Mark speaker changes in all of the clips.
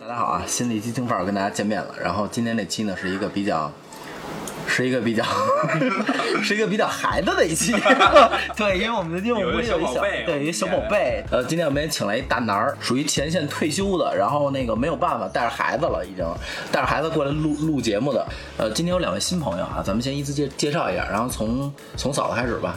Speaker 1: 大家好啊！新的一期听范儿跟大家见面了。然后今天这期呢是一个比较，是一个比较， 是一个比较孩子的一 期。对，因为我们的因为我们
Speaker 2: 有一个小宝贝
Speaker 1: 对，一个小宝贝。呃，今天我们也请来一大男儿，属于前线退休的，然后那个没有办法带着孩子了，已经带着孩子过来录录节目的。呃，今天有两位新朋友啊，咱们先依次介介绍一下，然后从从嫂子开始吧。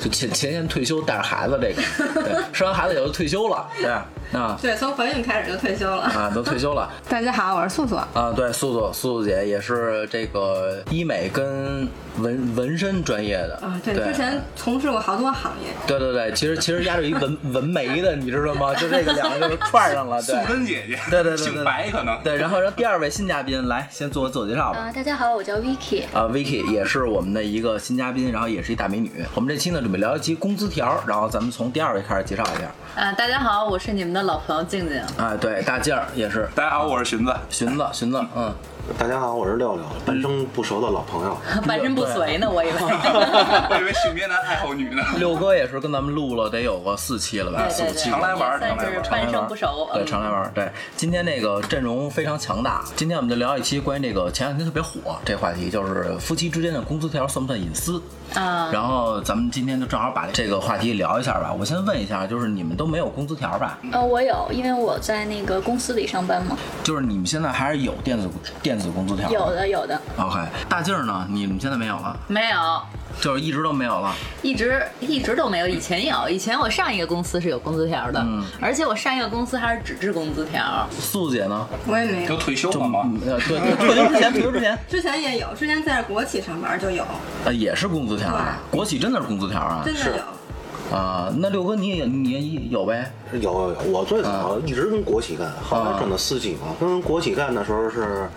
Speaker 1: 就前前线退休带着孩子这个，对，生完孩子以后就退休了，对，啊
Speaker 3: 对，从怀孕开始就退休了。
Speaker 1: 啊都退休了。
Speaker 3: 大家好，我是素素。
Speaker 1: 啊，对，素素素素姐也是这个医美跟纹纹身专业的
Speaker 3: 啊，
Speaker 1: 对，
Speaker 3: 对，之前从事过好多行业，
Speaker 1: 对对对，其实其实压着一纹纹眉的，你知道吗？就这个两个就串上了，
Speaker 2: 素
Speaker 1: 对
Speaker 2: 贞姐姐，
Speaker 1: 对对对对
Speaker 2: 姓白可能。
Speaker 1: 对。然后让第二位新嘉宾来先做个自我介绍吧。
Speaker 4: 啊、大家好，我叫 Vicky。
Speaker 1: 啊，Vicky 也是我们的一个新嘉宾，然后也是一大美女。我们这期呢准备聊一期工资条，然后咱们从第二位开始介绍一下。
Speaker 4: 啊，大家好，我是你们的老朋友静静。
Speaker 1: 啊，对，大静儿也是
Speaker 2: 大家好，我是荀子。
Speaker 1: 寻子寻子，嗯，
Speaker 5: 大家好，我是廖廖，半生不熟的老朋友。
Speaker 4: 半身不遂呢，我以
Speaker 2: 我
Speaker 4: 为。
Speaker 2: 以为性别男爱好女 呢。
Speaker 1: 六哥也是跟咱们录了得有个四期了吧，
Speaker 4: 对
Speaker 1: 四
Speaker 4: 对
Speaker 1: 五
Speaker 4: 对，
Speaker 1: 期了。
Speaker 2: 常来玩儿
Speaker 4: 也算是
Speaker 1: 常
Speaker 2: 常
Speaker 1: 来玩
Speaker 4: 半生不熟。
Speaker 1: 对，
Speaker 4: 嗯
Speaker 1: 常来玩儿。对，今天那个阵容非常强大。今天我们就聊一期关于这个前两天特别火这话题，就是夫妻之间的工资条算不算隐私？
Speaker 6: 嗯
Speaker 4: 啊，
Speaker 1: 然后咱们今天就正好把这个话题聊一下吧。我先问一下，就是你们都没有工资条吧？
Speaker 4: 呃，我有，因为我在那个公司里上班嘛，
Speaker 1: 就是你们现在还是有电子电子工资条？
Speaker 4: 有。的有的，
Speaker 1: OK，大劲儿呢？你们现在没有了，
Speaker 6: 没有，
Speaker 1: 就是一直都没有了。
Speaker 6: 一直一直都没有。以前有，以前我上一个公司是有工资条的，
Speaker 1: 嗯
Speaker 6: 而且我上一个公司还是纸质工资条。
Speaker 1: 素姐呢？
Speaker 3: 我也没
Speaker 2: 都
Speaker 3: 有。
Speaker 2: 退休
Speaker 1: 就
Speaker 2: 了吗？
Speaker 1: 嗯呃，对，对退休之前，退休之前，
Speaker 3: 之前也有，之前在国企上班就有，
Speaker 1: 呃，也是工资条啊。国企真的是工资条啊？
Speaker 3: 真的有。
Speaker 1: 啊、那六哥你也你也有呗？
Speaker 5: 有有有，我最早一直跟国企干，后来转到私企嘛。跟国企干的时候是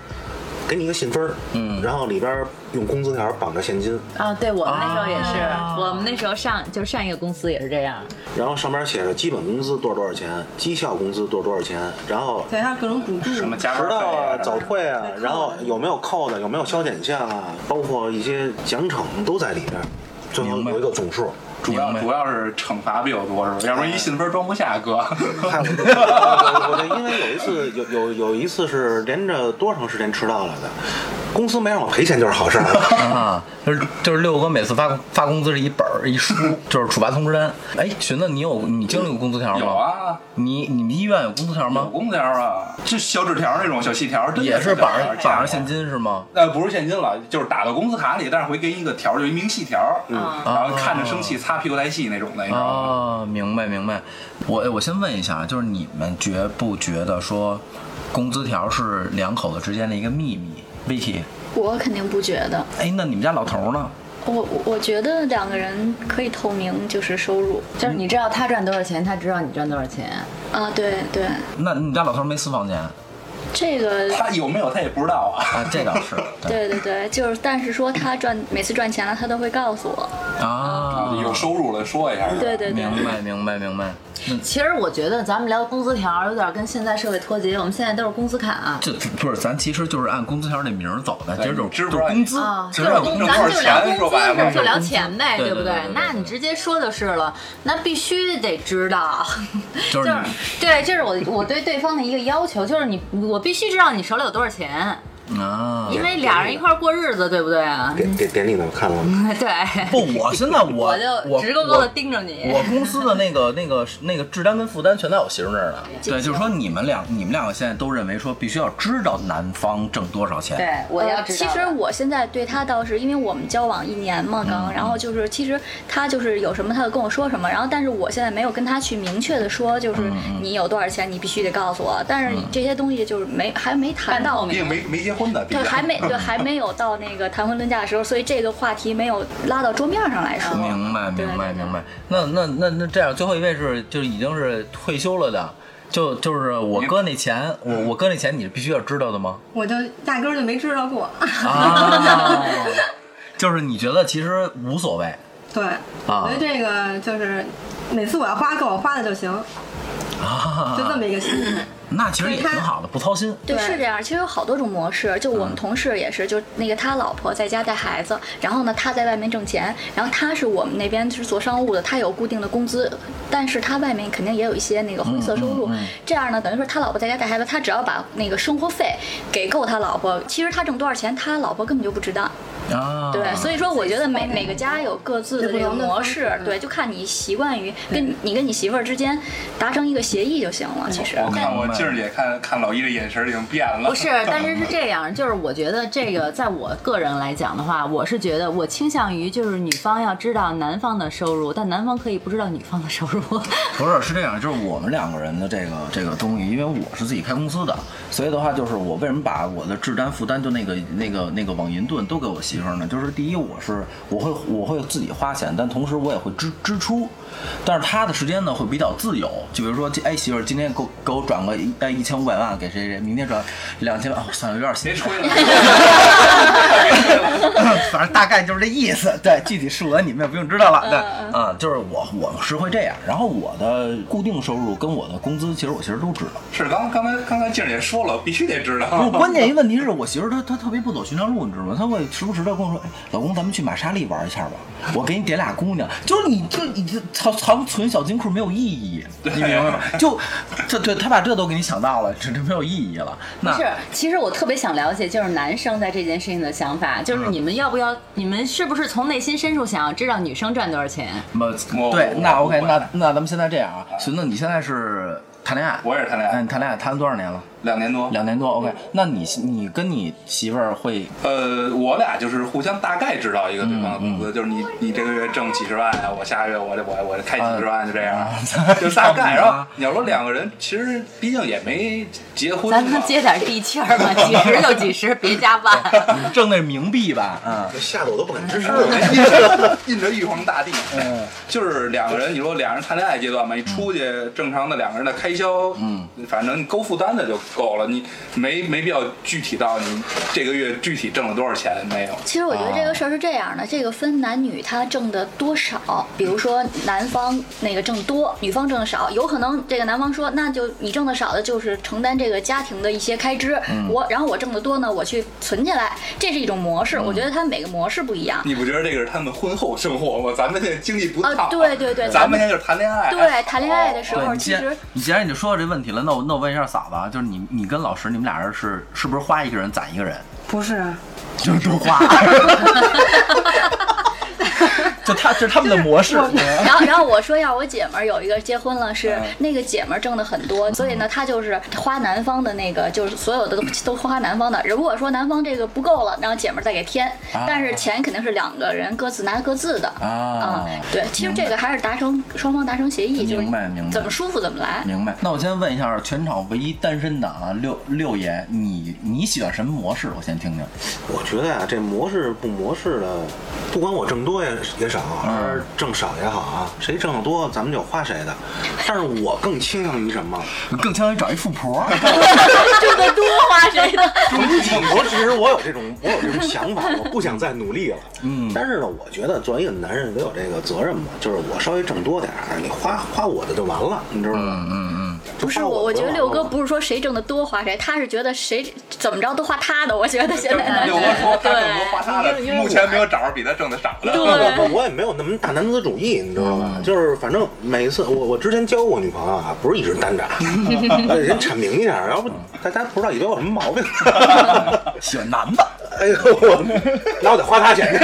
Speaker 5: 给你一个信封，
Speaker 1: 嗯
Speaker 5: 然后里边用工资条绑着现金，
Speaker 6: 啊，对我们那时候也是，
Speaker 1: 啊
Speaker 6: 我们那时候上就是上一个公司也是这样。
Speaker 2: 嗯
Speaker 5: 然后上面写着基本工资多少多少钱，绩效工资多少多少钱，然后
Speaker 3: 对，还有各种补助。
Speaker 2: 什么加
Speaker 5: 迟
Speaker 2: 班
Speaker 5: 到
Speaker 2: 费
Speaker 5: 啊、
Speaker 2: 啊？
Speaker 5: 早退啊，然后有没有扣的，有没有消减项啊，包括一些奖惩都在里边，最后
Speaker 1: 明白
Speaker 5: 有一个总数。
Speaker 2: 主要
Speaker 1: 明白
Speaker 2: 主要是惩罚比较多是吧？要不然一信封装不下 哥。
Speaker 5: 害我， 我我就因为有一次有有有一次是连着多长时间迟到来的，公司没让我赔钱就是好事儿。
Speaker 1: 啊，就是就是六哥每次发工发工资是一本儿一 书，就是处罚通知单。哎，寻子，你有你经历过工资条吗？
Speaker 2: 有。啊，
Speaker 1: 你你们医院有工资条
Speaker 2: 有
Speaker 1: 吗？
Speaker 2: 工条啊，就小纸条那种小细条，真的
Speaker 1: 也是绑
Speaker 2: 小
Speaker 1: 上
Speaker 2: 纸条
Speaker 1: 绑上现。金是吗？
Speaker 2: 呃，不是现金了，就是打到工资卡里，但是会给你一个条，就一明细条，
Speaker 5: 嗯
Speaker 2: 然
Speaker 1: 啊
Speaker 2: 后看着生气，擦屁股带戏那种的，你知道吗？
Speaker 1: 哦，明白明白。我我先问一下，啊就是你们觉不觉得说，工资条是两口子之间的一个秘密？Vicky，
Speaker 4: 我肯定不觉得。
Speaker 1: 哎，那你们家老头儿呢？
Speaker 4: 我我我觉得两个人可以透明，就是收入。
Speaker 6: 就是你知道他赚多少钱，他知道你赚多少钱。
Speaker 4: 啊，对对，
Speaker 1: 那你家老头儿没私房钱啊？
Speaker 4: 这个，
Speaker 2: 他有没有他也不知道啊。
Speaker 1: 这倒是。
Speaker 4: 对对对，就是，但是说他赚每次赚钱了，他都会告诉我。
Speaker 1: 啊，
Speaker 2: 有收入了说一下。
Speaker 4: 对对对，
Speaker 1: 明白明白明白。那
Speaker 6: 其实我觉得咱们聊工资条有点跟现在社会脱节，我们现在都是工资卡啊，
Speaker 1: 这不是，咱其实就是按工资条那名儿走的，其实就是
Speaker 2: 知
Speaker 1: 就是
Speaker 2: 不知道
Speaker 1: 工资
Speaker 6: 啊，，
Speaker 1: 其
Speaker 6: 就
Speaker 1: 实
Speaker 6: 是
Speaker 1: 就是
Speaker 6: 工，
Speaker 1: 工
Speaker 6: 咱们就聊工
Speaker 2: 说白了
Speaker 6: 资，就聊
Speaker 1: 就是工资
Speaker 6: 钱呗，
Speaker 1: 对
Speaker 6: 不
Speaker 1: 对对对对
Speaker 6: 那你直接说就是了，那必须得知道，
Speaker 1: 就是你
Speaker 6: 对，这是我我对对方的一个要求，就是你我必须知道你手里有多少钱，
Speaker 1: 啊。
Speaker 6: 因为俩人一块儿过日子，对不对啊？
Speaker 5: 典典典礼呢，看了吗？
Speaker 6: 对，
Speaker 1: 不，我现在我
Speaker 6: 我
Speaker 1: 我
Speaker 6: 就直勾勾的盯着你
Speaker 1: 我。我公司的那个那个那个制单跟负担全在我媳妇那儿呢。对，就是说你们两你们两个现在都认为说必须要知道男方挣多少钱。
Speaker 6: 对，我要
Speaker 4: 呃
Speaker 6: 知
Speaker 4: 其
Speaker 6: 道。
Speaker 4: 实我现在对他倒是，因为我们交往一年嘛，刚，然后就是其实他就是有什么他就跟我说什么，然后但是我现在没有跟他去明确的说，就是你有多少钱，你必须得告诉我。但是这些东西就是没还没谈
Speaker 6: 半
Speaker 4: 到
Speaker 6: 透，明
Speaker 2: 因为没没结婚的，毕
Speaker 4: 对，
Speaker 2: 竟
Speaker 4: 还没对还没有到那个谈婚论嫁的时候，所以这个话题没有拉到桌面上来 说。
Speaker 1: 明白
Speaker 4: 对
Speaker 1: 明白
Speaker 4: 对对
Speaker 1: 明白。那那那那这样，最后一位是就是已经是退休了的。就就是我哥那钱，我我哥那钱你是必须要知道的吗？
Speaker 3: 我就压根儿就没知道过。
Speaker 1: 啊，就是你觉得其实无所谓，啊
Speaker 3: 对，我觉得这个就是每次我要花，给我花的就行。
Speaker 1: 啊
Speaker 3: 就这么一个心态。
Speaker 1: 那其实也挺好的，不操心。
Speaker 4: 对，
Speaker 3: 对
Speaker 4: 是这样。其实有好多种模式，就
Speaker 1: 嗯
Speaker 4: 我们同事也是，就那个他老婆在家带孩子，然后呢他在外面挣钱，然后他是我们那边是做商务的，他有固定的工资，但是他外面肯定也有一些那个灰色收入。
Speaker 1: 嗯嗯嗯
Speaker 4: 这样呢，等于说他老婆在家带孩子，他只要把那个生活费给够他老婆，其实他挣多少钱，他老婆根本就不知道。
Speaker 1: 啊，
Speaker 4: 对，所以说我觉得每每个家有各自的这个模式
Speaker 3: 嗯，
Speaker 4: 对，就看你习惯于跟你跟你媳妇儿之间达成一个协议就行了。其实，
Speaker 2: 我
Speaker 4: 但
Speaker 2: 看我静儿姐看看老一的眼神儿已经变了。
Speaker 6: 不是，但是是这样，就是我觉得这个，在我个人来讲的话，我是觉得我倾向于就是女方要知道男方的收入，但男方可以不知道女方的收入。
Speaker 1: 不是，是这样，就是我们两个人的这个这个东西，因为我是自己开公司的，所以的话就是我为什么把我的制单、负单就那个那个那个网银盾都给我媳妇儿呢？就是第一，我是我会我会自己花钱，但同时我也会支支出，但是她的时间呢会比较自由，就比如说哎媳妇儿今天给我给我转个一哎一千五百万给谁谁，明天转两千万，哦算了有点心
Speaker 2: 别
Speaker 1: 疼
Speaker 2: 吹了，别吹了。
Speaker 1: 反正大概就是这意思。对，具体数额你们也不用知道了。对，啊、就是我我是会这样。然后我的固定收入跟我的工资，其实我其实都知道。
Speaker 2: 是刚刚才刚才静儿姐说了，必须得知道。
Speaker 1: 不，关键一问题是我媳妇儿她她特别不走寻常路，你知道吗？她会时不时的跟我说：“哎，老公，咱们去玛莎丽玩一下吧，我给你点俩姑娘。”就是你这你这藏藏存小金库没有意义，你明白吗？就这对她把这都给你想到了，这这没有意义了。那
Speaker 6: 是，其实我特别想了解，就是男生在这件事情的想法，就是
Speaker 1: 嗯
Speaker 6: 你们要不要，你们是不是从内心深处想要知道女生赚多少钱？
Speaker 1: 么
Speaker 2: 我
Speaker 1: 对
Speaker 2: 我，
Speaker 1: 那
Speaker 2: 我
Speaker 1: OK，
Speaker 2: 我
Speaker 1: 那那咱们现在这样啊，寻思你现在是谈恋爱，
Speaker 2: 我也是谈恋爱
Speaker 1: 嗯，你谈恋爱谈了多少年了？
Speaker 2: 两年多，
Speaker 1: 两年多，OK。那你你跟你媳妇儿会
Speaker 2: 呃，我俩就是互相大概知道一个对方
Speaker 1: 嗯
Speaker 2: 的工资，就是你你这个月挣几十万啊，我下个月我这我我这开几十万，就这样，
Speaker 1: 啊 嗯
Speaker 2: 就大概。然后你要说两个人，其实毕竟也没结婚嘛，
Speaker 6: 咱能接点地气儿 吗？几十就几十，别加万。
Speaker 1: 挣那冥币吧？啊，
Speaker 5: 吓得我都不敢吱声
Speaker 2: 印
Speaker 5: 了。
Speaker 2: 着 印着玉皇大帝，
Speaker 1: 嗯，
Speaker 2: 就是两个人，你说俩人谈恋爱阶段嘛，你出去正常的两个人的开销，
Speaker 1: 嗯，
Speaker 2: 反正你够负担的就够了，你没没必要具体到你这个月具体挣了多少钱，没有。
Speaker 4: 其实我觉得这个事儿是这样的，这个分男女他挣的多少，比如说男方那个挣多，女方挣的少，有可能这个男方说，那就你挣的少的就是承担这个家庭的一些开支，我然后我挣的多呢，我去存起来，这是一种模式。我觉得它每个模式不一样。
Speaker 2: 你不觉得这个是他们婚后生活吗？咱们现在经济不
Speaker 4: 啊
Speaker 2: 太好，
Speaker 4: 对对对
Speaker 2: 咱们现在就是谈恋爱，
Speaker 4: 对，谈恋爱的时
Speaker 1: 对
Speaker 4: 候
Speaker 1: 你既
Speaker 4: 其实
Speaker 1: 然。你既然你就说到这问题了，那我那我问一下嫂子啊，就是你你跟老石你们俩人是是不是花一个人攒一个人？
Speaker 3: 不是啊，
Speaker 1: 就是都花，就他这是他们的模式。
Speaker 4: 然后，然后我说要我姐们儿有一个结婚了，
Speaker 1: 嗯
Speaker 4: 是那个姐们儿挣的很多，所以呢，她就是花男方的那个，就是所有的都都花男方的。如果说男方这个不够了，然后姐们儿再给添，但是钱肯定是两个人各自拿各自的。
Speaker 1: 啊
Speaker 4: 嗯，对，其实这个还是达成双方达成协议，就是
Speaker 1: 明白明白
Speaker 4: 怎么舒服怎么来。
Speaker 1: 明白。那我先问一下，全场唯一单身的啊，六六爷，你你喜欢什么模式？我先听听。
Speaker 5: 我觉得啊，这模式不模式的，不管我挣多也也少，还是挣少也好啊，谁挣得多咱们就花谁的。但是我更倾向于什么？
Speaker 1: 你更倾向于找一富婆。
Speaker 6: 挣得多花谁的？
Speaker 5: 我其实我有这种我有这种想法，我不想再努力了。嗯，但是呢，我觉得作为一个男人，得有这个责任吧，就是我稍微挣多点儿，你花花我的就完了，你知道吗？嗯嗯，
Speaker 4: 不是我，我觉得六哥不是说谁挣的多花谁，他是觉得谁怎么着都花他的。我觉得现在男
Speaker 2: 六
Speaker 4: 生
Speaker 2: 哥说他更多花他的
Speaker 5: 因为因为，我
Speaker 2: 目前没有找着比他挣的少的。
Speaker 4: 对
Speaker 5: 我我我也没有那么大男子主义，你知道吧？就是反正每次我我之前交过女朋友啊，不是一直 单着，呃人阐明一下，要不大家不知道以为我有什么毛 病。
Speaker 1: 喜欢男的，
Speaker 5: 哎呦，我那我得花他钱去。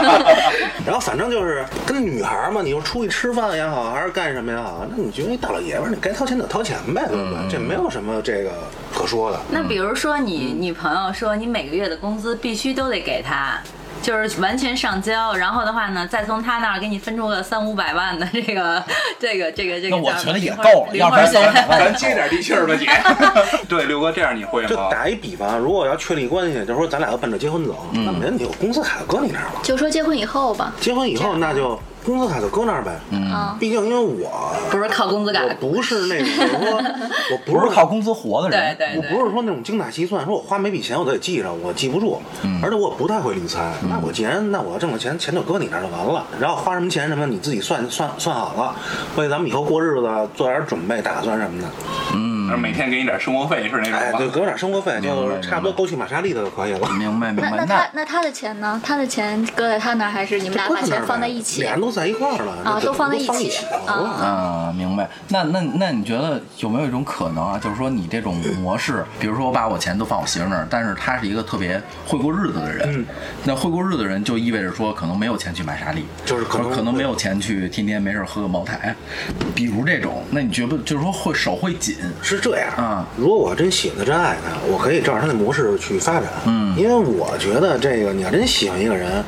Speaker 5: 然后反正就是跟女孩嘛，你就出去吃饭也好，还是干什么也好，那你觉得大老爷们儿，你该掏钱就掏钱呗，
Speaker 1: 嗯
Speaker 5: 对不对？这没有什么这个可说的。
Speaker 6: 那比如说你
Speaker 1: 嗯
Speaker 6: 女朋友说你每个月的工资必须都得给她，就是完全上交，然后的话呢，再从她那儿给你分出个三五百万的这个这个这个这个
Speaker 1: 那
Speaker 6: 叫什么。
Speaker 1: 我觉得也够了，
Speaker 6: 零
Speaker 1: 要不
Speaker 6: 花
Speaker 1: 然
Speaker 6: 钱
Speaker 1: 三百万。
Speaker 2: 咱接点地气儿吧，姐。对，六哥，这样你会
Speaker 5: 就
Speaker 2: 吗？
Speaker 5: 打一比方，如果要确立关系，就说
Speaker 1: 嗯
Speaker 5: 咱俩要奔着结婚走，那没问题，我工资卡搁你那儿了。
Speaker 4: 就说结婚以后吧，
Speaker 5: 结婚以后，那就工资卡就搁那儿呗。
Speaker 1: 嗯
Speaker 4: 啊，
Speaker 5: 毕竟因为我
Speaker 6: 不是靠工资
Speaker 5: 我
Speaker 6: 干。
Speaker 5: 不是那种说，我
Speaker 1: 不
Speaker 5: 不
Speaker 1: 是靠工资活的
Speaker 6: 对
Speaker 1: 人，
Speaker 6: 对
Speaker 5: 我
Speaker 6: 对，
Speaker 5: 不是说那种精打细算，说我花每笔钱我都得记上，我记不住，
Speaker 1: 嗯
Speaker 5: 而且我不太会理财。那我既然那我挣了钱，钱就搁你那儿就完了，然后花什么钱什么你自己算算算好了，为咱们以后过日子做点准备打算什么的。
Speaker 2: 而每天给你点生活费是那
Speaker 5: 哎，
Speaker 2: 种
Speaker 5: 就
Speaker 2: 吗？
Speaker 5: 给我点生活费，
Speaker 1: 明白嗯
Speaker 5: 就差不多够去玛莎丽的就可以了。
Speaker 1: 明白明
Speaker 4: 那
Speaker 1: 白。
Speaker 4: 那他那他的钱呢？他的钱搁在他那儿，还是你 们俩把钱放在一起
Speaker 5: 俩？人都在一块儿了
Speaker 4: 啊
Speaker 5: 那就
Speaker 4: 都放在
Speaker 5: 一
Speaker 4: 一起哦
Speaker 5: 完了
Speaker 1: 啊，明白。那那那你觉得有没有一种可能啊？就是说你这种模式，比如说我把我钱都放我媳妇那儿，但是她是一个特别会过日子的人。
Speaker 5: 嗯
Speaker 1: 那会过日子的人就意味着说，可能没有钱去买莎莉，
Speaker 5: 就是可能
Speaker 1: 可能没有钱去天天没事喝个茅台，比如这种。那你觉不就是说会手会紧？
Speaker 5: 是这样
Speaker 1: 啊
Speaker 5: 如果我真喜欢他、真爱他，我可以照着他的模式去发展。嗯，因为我觉得这个，你要真喜欢一个人，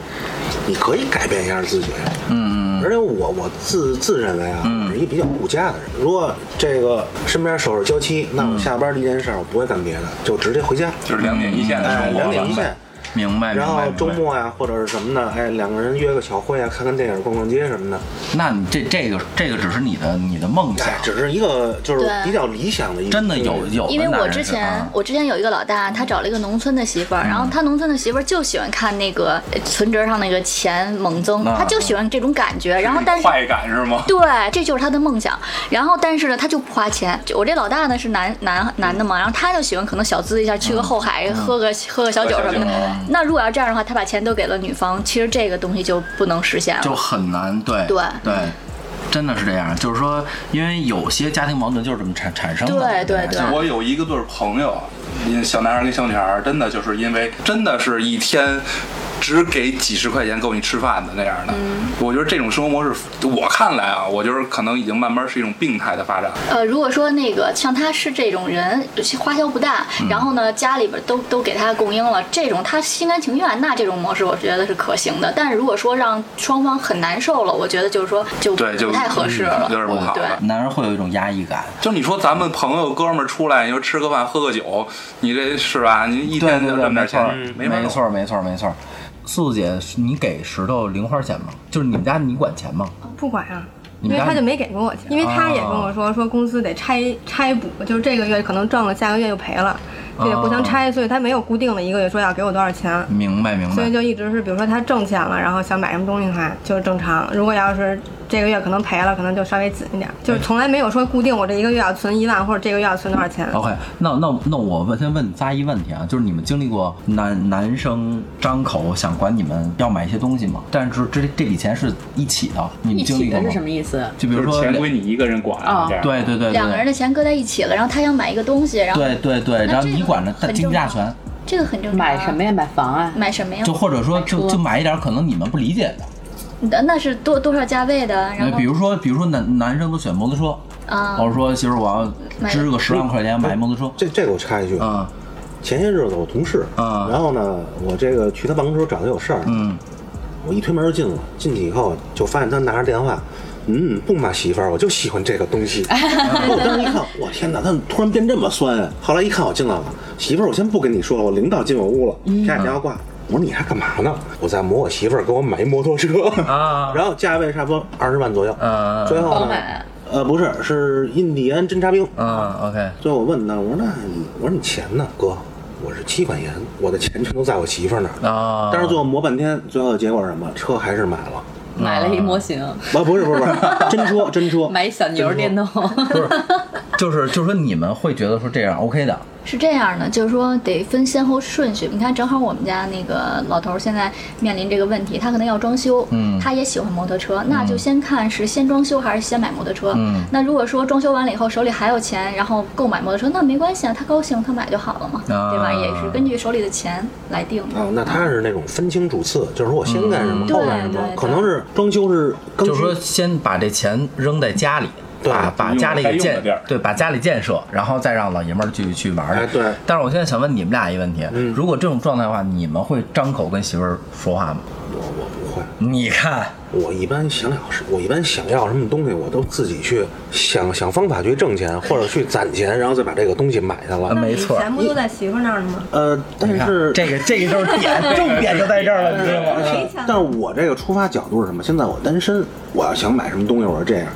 Speaker 5: 你可以改变一下自己。嗯嗯。而且我我自自认为啊，
Speaker 1: 嗯
Speaker 5: 我是一个比较顾家的人。如果这个身边手是娇妻，那我下班第一件事儿我不会干别的，
Speaker 1: 嗯
Speaker 5: 就直接回家，
Speaker 2: 就是两点一线的
Speaker 5: 哎，
Speaker 2: 生活
Speaker 5: 两点一
Speaker 2: 了。
Speaker 5: 线。
Speaker 1: 明哎白，明
Speaker 5: 然后
Speaker 1: 白，
Speaker 5: 周
Speaker 1: 明白。
Speaker 5: 末呀、或者是什么的，哎，两个人约个小会啊，看看电影、逛逛街什么的，
Speaker 1: 那你这这个这个只是你的你的梦想
Speaker 5: 哎，，只是一个就是
Speaker 4: 对
Speaker 5: 比较理想的一个。嗯
Speaker 1: 真的有有的
Speaker 4: 因为
Speaker 1: 男
Speaker 4: 我
Speaker 1: 人
Speaker 4: 之
Speaker 1: 是
Speaker 4: 前
Speaker 1: 啊
Speaker 4: 我之前有一个老大，他找了一个农村的媳妇儿，然后他农村的媳妇儿就喜欢看那个呃存折上那个钱猛增，
Speaker 1: 啊
Speaker 4: 他就喜欢这种感觉，然后但是。
Speaker 2: 快感是吗？
Speaker 4: 对，这就是他的梦想。然后，但是呢，他就不花钱。就我这老大呢是男男男的嘛，然后他就喜欢可能小资一下，去个后海、喝个嗯喝个小酒嗯什么
Speaker 2: 喝
Speaker 4: 的
Speaker 2: 小酒啊。
Speaker 4: 那如果要这样的话，他把钱都给了女方，其实这个东西就不能实现了。
Speaker 1: 就很难，对
Speaker 4: 对
Speaker 1: 真的是这样。就是说，因为有些家庭矛盾就是这么产产生的。
Speaker 4: 对对对
Speaker 2: 我有一个对儿朋友，因小男孩跟小女孩，真的就是因为真的是一天只给几十块钱够你吃饭的那样的。
Speaker 4: 嗯
Speaker 2: 我觉得这种生活模式，我看来啊，我觉得可能已经慢慢是一种病态的发展。
Speaker 4: 呃，如果说那个像他是这种人，花销不大，
Speaker 2: 嗯
Speaker 4: 然后呢家里边都都给他供应了，这种他心甘情愿，那这种模式我觉得是可行的。但是如果说让双方很难受了，我觉得就是说就
Speaker 2: 对，就嗯
Speaker 4: 不太合适
Speaker 2: 有点
Speaker 4: 了。嗯
Speaker 2: 不好
Speaker 4: 对
Speaker 2: 了。
Speaker 1: 男人会有一种压抑感。
Speaker 2: 就你说咱们朋友哥们儿出来，你说吃个饭喝个酒，你这是吧？你一天
Speaker 1: 对
Speaker 2: 就
Speaker 1: 对，
Speaker 2: 挣
Speaker 1: 没
Speaker 2: 点
Speaker 1: 错
Speaker 2: 钱
Speaker 1: 儿，，
Speaker 2: 没法
Speaker 1: 没
Speaker 2: 弄
Speaker 1: 错儿，没错儿，没错儿。素素姐，你给石头零花钱吗？就是你们家你管钱吗？
Speaker 3: 不管啊。
Speaker 1: 你
Speaker 3: 因
Speaker 1: 们家
Speaker 3: 为
Speaker 1: 啊
Speaker 3: 他就没给过我钱，因为他也跟我说说工资得拆拆补，就是这个月可能挣了，下个月又赔了，这得
Speaker 1: 啊
Speaker 3: 互相拆，所以他没有固定的一个月说要给我多少钱，
Speaker 1: 明白明
Speaker 3: 所
Speaker 1: 白
Speaker 3: 以。就一直是比如说他挣钱了，然后想买什么东西的话就是正常，如果要是这个月可能赔了，可能就稍微紧一点，就是从来没有说固定我这一个月要存一万或者这个月要存多少钱。
Speaker 1: OK，那那那我问先问仨一问题啊，就是你们经历过男男生张口想管你们要买一些东西吗？但是这这笔钱是一起的，你们
Speaker 6: 一
Speaker 1: 经历
Speaker 6: 起
Speaker 1: 过
Speaker 6: 的
Speaker 1: 吗
Speaker 6: 是？什么意思？
Speaker 1: 就比
Speaker 2: 就
Speaker 1: 如
Speaker 2: 是
Speaker 1: 说
Speaker 2: 钱
Speaker 1: 两，
Speaker 2: 归你啊一个人管
Speaker 6: 哦
Speaker 2: 这样。
Speaker 1: 对对对对，
Speaker 4: 两个人的钱搁在一起了，然后他想买一个东西，然后
Speaker 1: 对对对，
Speaker 4: 那
Speaker 1: 然后
Speaker 4: 这
Speaker 1: 你
Speaker 4: 个
Speaker 1: 管着他
Speaker 4: 很
Speaker 1: 经济
Speaker 4: 正
Speaker 1: 大
Speaker 4: 常
Speaker 1: 权，
Speaker 4: 这个很正常。
Speaker 6: 买什么？呀？买房啊？
Speaker 4: 买什么呀
Speaker 1: 就？或者说就
Speaker 6: 车
Speaker 1: 就买一点儿可能你们不理解的，
Speaker 4: 那那是多多少价位的？然
Speaker 1: 那
Speaker 4: 后
Speaker 1: 比如说比如说男男生都选摩托车，
Speaker 4: 啊
Speaker 1: 我说媳妇儿我要
Speaker 4: 买
Speaker 1: 支个十万块钱买摩托车，
Speaker 5: 这这个我插一句，啊
Speaker 1: 嗯
Speaker 5: 前些日子我同事，
Speaker 1: 啊
Speaker 5: 然后呢，我这个去他办公室找他有事儿，
Speaker 1: 嗯，
Speaker 5: 我一推门就进了，进去以后就发现他拿着电话，嗯，不骂媳妇儿，我就喜欢这个东西。然后我当时一看，我天哪，他怎么突然变这么酸啊？后来一看我进来了，媳妇儿，我先不跟你说了，我领导进我屋了，啪电话挂了。我说你还干嘛呢？我在磨我媳妇儿给我买一摩托车
Speaker 1: 啊
Speaker 5: 然后价位差不多二十万左右。
Speaker 1: 嗯
Speaker 5: 最后
Speaker 6: 宝
Speaker 5: 呢
Speaker 6: 马啊，
Speaker 5: 呃，不是，是印第安侦察兵。
Speaker 1: 嗯，OK，
Speaker 5: 最后我问他，我说那你，我说你钱呢，哥？我是七块钱，我的钱全都在我媳妇儿那儿。
Speaker 1: 啊
Speaker 5: 但是最后磨半天，最后的结果是什么？车还是买了。
Speaker 1: 嗯
Speaker 6: 买了一模型，
Speaker 5: 啊，不是不是不是，真车真车。
Speaker 6: 买一小牛电动。
Speaker 1: 不是，就是就是说你们会觉得说这样 OK 的，
Speaker 4: 是这样的，就是说得分先后顺序。你看，正好我们家那个老头儿现在面临这个问题，他可能要装修，
Speaker 1: 嗯
Speaker 4: 他也喜欢摩托车，那
Speaker 2: 嗯
Speaker 4: 就先看是先装修还是先买摩托车。
Speaker 1: 嗯
Speaker 4: 那如果说装修完了以后手里还有钱，然后购买摩托车，那没关系啊，他高兴他买就好了嘛，
Speaker 1: 啊
Speaker 4: 对吧？也是根据手里的钱来定的。
Speaker 5: 啊，那他是那种分清主次，就是说我先干什么，
Speaker 4: 嗯
Speaker 5: 后干什么
Speaker 4: 对对，对
Speaker 5: 可能是装修是更
Speaker 1: 就是说
Speaker 5: 新，
Speaker 1: 先把这钱扔在家里。
Speaker 5: 对
Speaker 1: 把把
Speaker 2: 用
Speaker 1: 家里
Speaker 2: 该
Speaker 1: 给
Speaker 2: 用的
Speaker 1: 建
Speaker 2: 地儿
Speaker 1: 对，把家里建设，然后再让老爷们儿去去玩儿
Speaker 5: 哎
Speaker 1: 去。
Speaker 5: 对
Speaker 1: 但是我现在想问你们俩一个问题：如果这种状态的话，你们会张口跟媳妇儿说话吗？
Speaker 5: 我我不会，
Speaker 1: 你看，
Speaker 5: 我一般想要是，我一般想要什么东西，我都自己去想想方法去挣钱，或者去攒钱，然后再把这个东西买下来
Speaker 1: 嗯。没错
Speaker 3: 钱不都在媳妇那儿呢吗？
Speaker 5: 呃，但
Speaker 1: 你看
Speaker 5: 是
Speaker 1: 这个这个就 是点，重点就在这儿了，你知道吗？
Speaker 3: 谁
Speaker 5: 但是我这个出发角度是什么？现在我单身，我要想买什么东西，我是这样。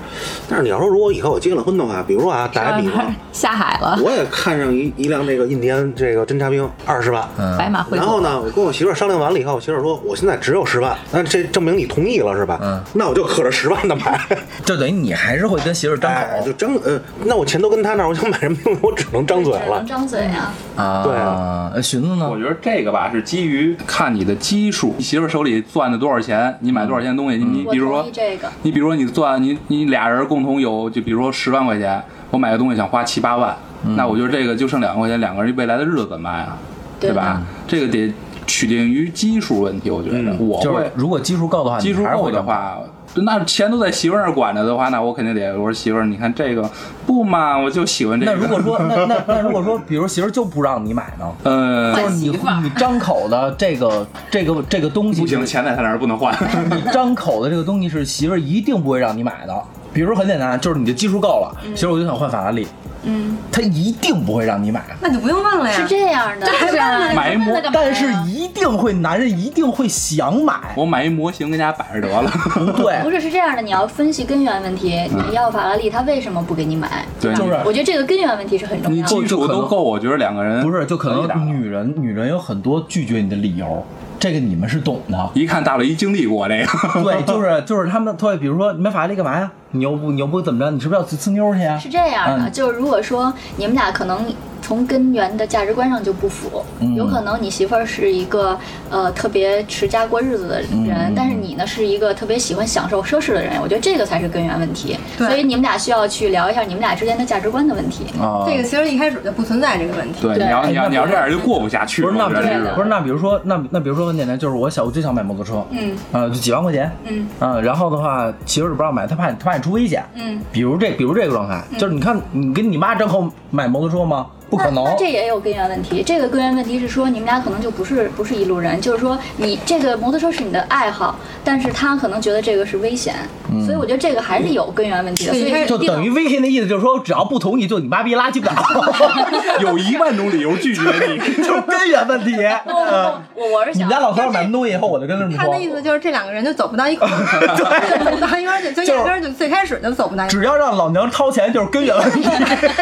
Speaker 5: 但是你要说如果以后我结了婚的话，比如说啊，打个比方，
Speaker 6: 下海了，
Speaker 5: 我也看上一一辆这个印第安这个侦察兵，二十万。
Speaker 1: 嗯
Speaker 6: 白马会
Speaker 5: 然后呢，我跟我媳妇儿商量完了以后，我媳妇儿说我现在只有十万，那这证明你同意了是吧？
Speaker 1: 嗯，
Speaker 5: 那我就可着十万的买。
Speaker 1: 就等于你还是会跟媳妇儿 张
Speaker 5: 哎，就
Speaker 1: 口
Speaker 5: 张呃，那我钱都跟他那儿，我想买什么东西，我只能张嘴
Speaker 4: 只能
Speaker 5: 了。
Speaker 4: 张嘴啊。
Speaker 2: 嗯
Speaker 5: 对
Speaker 1: 啊
Speaker 5: 啊。
Speaker 1: 呃寻思呢
Speaker 2: 我，觉得这个吧，是基于看你的基数，你媳妇儿手里攥的多少钱，你买多少钱的东西。你
Speaker 4: 我
Speaker 2: 比如说
Speaker 4: 同意，这个，
Speaker 2: 你比如说你攥你你俩人共同有，就比如说十万块钱，我买个东西想花七八万，那我觉得这个就剩两万块钱，两个人未来的日子怎么办啊？
Speaker 4: 对
Speaker 2: 对吧？这个得取定于基数问题，我觉得
Speaker 5: 嗯
Speaker 2: 我
Speaker 1: 就
Speaker 2: 会
Speaker 1: 是如果基数够的话，
Speaker 2: 基
Speaker 1: 你
Speaker 2: 数
Speaker 1: 还是
Speaker 2: 够
Speaker 1: 会
Speaker 2: 的
Speaker 1: 张口，
Speaker 2: 话，那钱都在媳妇儿那儿管着的话，那我肯定得我说媳妇儿，你看这个不嘛，我就喜欢这个。
Speaker 1: 那如果说那那那如果说，比如媳妇儿就不让你买呢？
Speaker 2: 呃
Speaker 1: 就是你
Speaker 6: 媳妇儿
Speaker 1: 你张口的这个这个这个东西
Speaker 2: 不行，
Speaker 1: 是
Speaker 2: 钱在他那儿不能换。
Speaker 1: 你张口的这个东西是媳妇儿一定不会让你买的。比如说很简单，就是你的基数够了，媳妇儿我就想换法拉利，
Speaker 4: 嗯，
Speaker 1: 她一定不会让你买。
Speaker 6: 那就不用问了呀。
Speaker 4: 是这样的，
Speaker 6: 是 啊，
Speaker 2: 买一模
Speaker 6: 那就
Speaker 1: 但是一定会，男人一定会想买。
Speaker 2: 我买一模型跟家摆着 得了。
Speaker 4: 不
Speaker 1: 对，
Speaker 4: 是是这样的，你要分析根源问题，你要法拉利，他为什么不给你买？
Speaker 2: 嗯对啊
Speaker 1: 就是
Speaker 4: 我觉得这个根源问题是很重
Speaker 2: 你
Speaker 4: 要的。
Speaker 2: 基础都够，我觉得两个 人
Speaker 1: 不是就可
Speaker 2: 可以打。
Speaker 1: 能女人女人有很多拒绝你的理由，这个你们是懂的
Speaker 2: 一看大雷经历过这 个。
Speaker 1: 对，就是就是他们对，比如说你买法拉利干嘛呀？你又不你又不怎么着，你是不是要去呲妞去呀
Speaker 4: 是？这样的，
Speaker 1: 嗯
Speaker 4: 就是如果说你们俩可能从根源的价值观上就不符，
Speaker 1: 嗯
Speaker 4: 有可能你媳妇儿是一个呃特别持家过日子的
Speaker 1: 嗯
Speaker 4: 人，但是你呢是一个特别喜欢享受奢侈的人，我觉得这个才是根源问题。
Speaker 3: 对
Speaker 4: 所以你们俩需要去聊一下你们俩之间的价值观的问题。
Speaker 1: 啊，
Speaker 3: 这个其实一开始就不存在这个问题。
Speaker 2: 对，你要你要你要这样就过不下去。
Speaker 1: 哎不是那
Speaker 2: 我
Speaker 1: 比
Speaker 2: 觉得这个
Speaker 1: 不是那比如说那那比如说很简单，就是我小我就想买摩托车，
Speaker 4: 嗯
Speaker 1: 呃，就几万块钱，
Speaker 4: 嗯
Speaker 1: 嗯，然后的话，媳妇儿不让买，他怕你他怕你出危险，
Speaker 4: 嗯，
Speaker 1: 比如这比如这个状态，就是你看你跟你妈张口买摩托车吗？不可能
Speaker 4: 那那，这也有根源问题。这个根源问题是说，你们俩可能就不是不是一路人，就是说你这个摩托车是你的爱好，但是他可能觉得这个是危险，
Speaker 1: 嗯
Speaker 4: 所以我觉得这个还是有根源问题的。
Speaker 3: 对
Speaker 4: 所以
Speaker 3: 一开始
Speaker 1: 就等于微信的意思就是说，只要不同意，就你妈逼垃圾不了，
Speaker 2: 有一万种理由拒绝你。
Speaker 1: 就是根源问题。嗯
Speaker 4: 我我 是
Speaker 1: 你
Speaker 4: 想
Speaker 1: 们家老头儿买东西以后，我就跟他们
Speaker 3: 他的意
Speaker 1: 说，
Speaker 3: 思就是这两个人就走不到一块儿，对，走不到一块儿去，就压根儿就最开始就走不到一块儿。
Speaker 1: 只要让老娘掏钱，就是根源问 题。
Speaker 4: 不是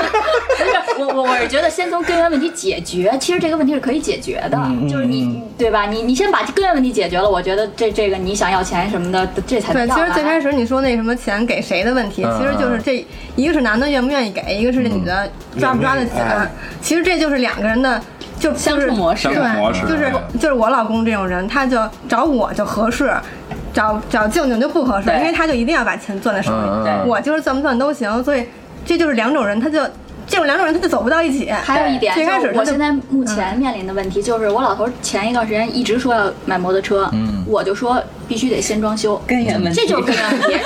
Speaker 4: 我我我是觉得先从根源问题解决，其实这个问题是可以解决的，就是你对吧？你你先把根源问题解决了，我觉得这这个你想要钱什么的，这才
Speaker 3: 对，
Speaker 4: 叫
Speaker 3: 其实
Speaker 4: 来
Speaker 3: 最开始你说那什么钱给谁的问题，
Speaker 1: 嗯
Speaker 3: 其实就是这一个是男的愿不愿意给，一个是这女的抓不抓得紧啊
Speaker 5: 愿不愿意哎。
Speaker 3: 其实这就是两个人的就
Speaker 6: 相处模式
Speaker 2: 相处模式
Speaker 3: 对，就是
Speaker 1: 啊
Speaker 3: 就是我老公这种人，他就找我就合适。找找静静就不合适，
Speaker 6: 对
Speaker 3: 因为他就一定要把钱攥在手里。
Speaker 1: 嗯嗯嗯
Speaker 3: 我就是攥不攥都行，所以这就是两种人，他就这种两种人他就走不到一起。
Speaker 4: 还有一点，
Speaker 3: 最开始
Speaker 4: 就是
Speaker 3: 他
Speaker 4: 我
Speaker 3: 就
Speaker 4: 现在嗯目前面临的问题就是，我老头前一段时间一直说要买摩托车，
Speaker 1: 嗯
Speaker 4: 我就说必须得先装修，
Speaker 6: 根源问题
Speaker 4: 这就是根源问题，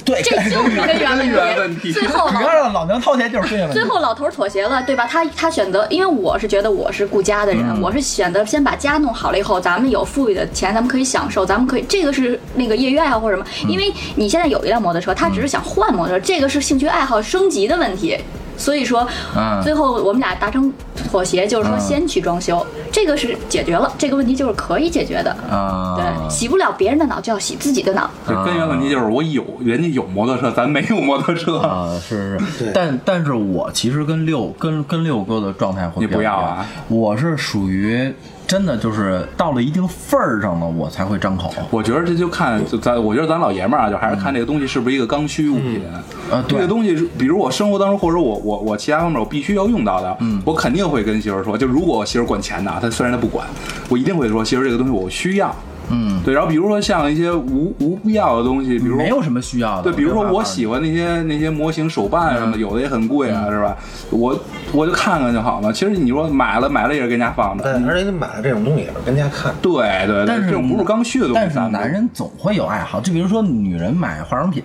Speaker 1: 对，
Speaker 4: 这就是根源问题。
Speaker 2: 根源问题
Speaker 4: 最后
Speaker 1: 只要
Speaker 4: 老
Speaker 1: 让老娘掏钱，就是根源问题
Speaker 4: 最。后老头妥协了，对吧？他他选择，因为我是觉得我是顾家的人，
Speaker 2: 嗯
Speaker 4: 我是选择先把家弄好了以后，咱们有富裕的钱，咱们可以享受，咱们可以这个是那个业余爱好或者什么。
Speaker 2: 嗯
Speaker 4: 因为你现在有一辆摩托车，他只是想换摩托车，这个是兴趣爱好升级的问题。所以说，
Speaker 1: 嗯
Speaker 4: 最后我们俩达成妥协，就是说
Speaker 1: 嗯
Speaker 4: 先去装修，这个是解决了，这个问题就是可以解决的。
Speaker 2: 嗯
Speaker 1: 啊
Speaker 4: 对，洗不了别人的脑，就要洗自己的脑。
Speaker 2: 这根源问题就是我有人家有摩托车，咱没有摩托车。
Speaker 1: 啊，是是是，但但是我其实跟六跟跟六哥的状态会
Speaker 2: 你
Speaker 1: 比较
Speaker 2: 不要
Speaker 1: 一样
Speaker 2: 啊，
Speaker 1: 我是属于真的就是到了一定份儿上了，我才会张口。
Speaker 2: 我觉得这就看，就咱我觉得咱老爷们儿啊，就还是看这个东西是不是一个刚需物品。
Speaker 1: 啊对
Speaker 2: 这个东西是，比如我生活当中，或者我我我其他方面我必须要用到的，
Speaker 1: 嗯
Speaker 2: 我肯定会跟媳妇儿说。就如果我媳妇儿管钱的啊，她虽然她不管，我一定会说媳妇儿这个东西我需要。
Speaker 1: 嗯，
Speaker 2: 对，然后比如说像一些无无必要的东西，比如
Speaker 1: 没有什么需要嗯的。
Speaker 2: 对，比如说
Speaker 1: 没有办法
Speaker 2: 我喜欢那些那些模型手办什么的，有的也很贵啊，是吧？我我就看看就好嘛。其实你说买了买了也是跟家放
Speaker 5: 对
Speaker 2: 着，，
Speaker 5: 而且你买了这种东西也是跟家看。
Speaker 2: 对对
Speaker 1: 但
Speaker 2: 对，
Speaker 1: 是
Speaker 2: 这种不是刚需的东西。
Speaker 1: 但是
Speaker 2: 咱们
Speaker 1: 男人总会有爱好，就比如说女人买化妆品，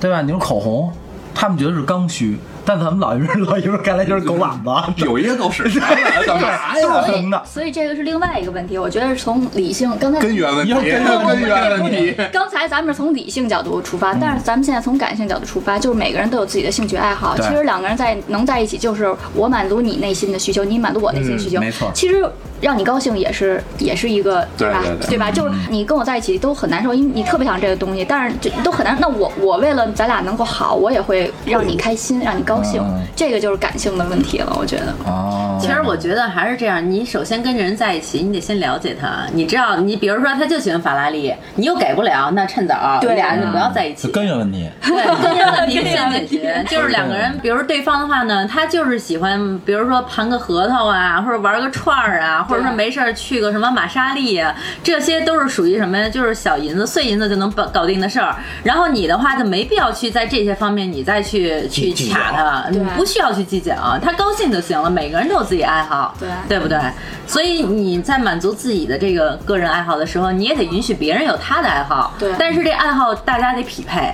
Speaker 1: 对吧？你说口红，他们觉得是刚需，但咱们老爷们儿老 爷们儿看来就是狗懒子，
Speaker 2: 有一个狗 哎屎啥玩意儿干嘛呀？
Speaker 1: 疼的。
Speaker 4: 所以这个是另外一个问题，我觉得是从理性刚才
Speaker 2: 根源问题，
Speaker 1: 要
Speaker 2: 根
Speaker 1: 根源
Speaker 2: 源
Speaker 1: 问
Speaker 2: 根
Speaker 1: 题
Speaker 2: 源问题。
Speaker 4: 刚才咱们是从理性角度出
Speaker 1: 嗯
Speaker 4: 发，但是咱们现在从感性角度出发，就是每个人都有自己的兴趣爱好。
Speaker 1: 对
Speaker 4: 其实两个人在能在一起，就是我满足你内心的需求，你满足我内心的需求。
Speaker 1: 嗯没错
Speaker 4: 其实让你高兴也是也是一个
Speaker 2: 对
Speaker 4: 吧？
Speaker 2: 对对
Speaker 4: 吧？
Speaker 1: 嗯
Speaker 4: 就是你跟我在一起都很难受，因为你特别想这个东西，但是就都很难。那我我为了咱俩能够好，我也会让你开心，让你高兴。
Speaker 1: 嗯
Speaker 4: 这个就是感性的问题了，我觉得。
Speaker 1: 哦，
Speaker 6: 其实我觉得还是这样，你首先跟这人在一起，你得先了解他。你知道，你比如说他就喜欢法拉利，你又给不了，那趁早
Speaker 4: 对
Speaker 6: 俩人就不要在一起
Speaker 1: 是。根源问题。
Speaker 6: 对，今天问题先解决，就是两个人，比如说对方的话呢，他就是喜欢，比如说盘个核桃啊，或者玩个串儿啊，或者说没事儿去个什么玛莎丽啊，这些都是属于什么呀？就是小银子、碎银子就能搞搞定的事儿。然后你的话就没必要去在这些方面你再去去
Speaker 5: 计
Speaker 6: 卡他，你
Speaker 4: 对
Speaker 6: 不需要去计较，啊他高兴就行了。每个人都有自己爱好，
Speaker 4: 对
Speaker 6: 对不对？所以你在满足自己的这个个人爱好的时候，你也得允许别人有他的爱好，
Speaker 4: 对
Speaker 6: 但是这爱好大家得匹配。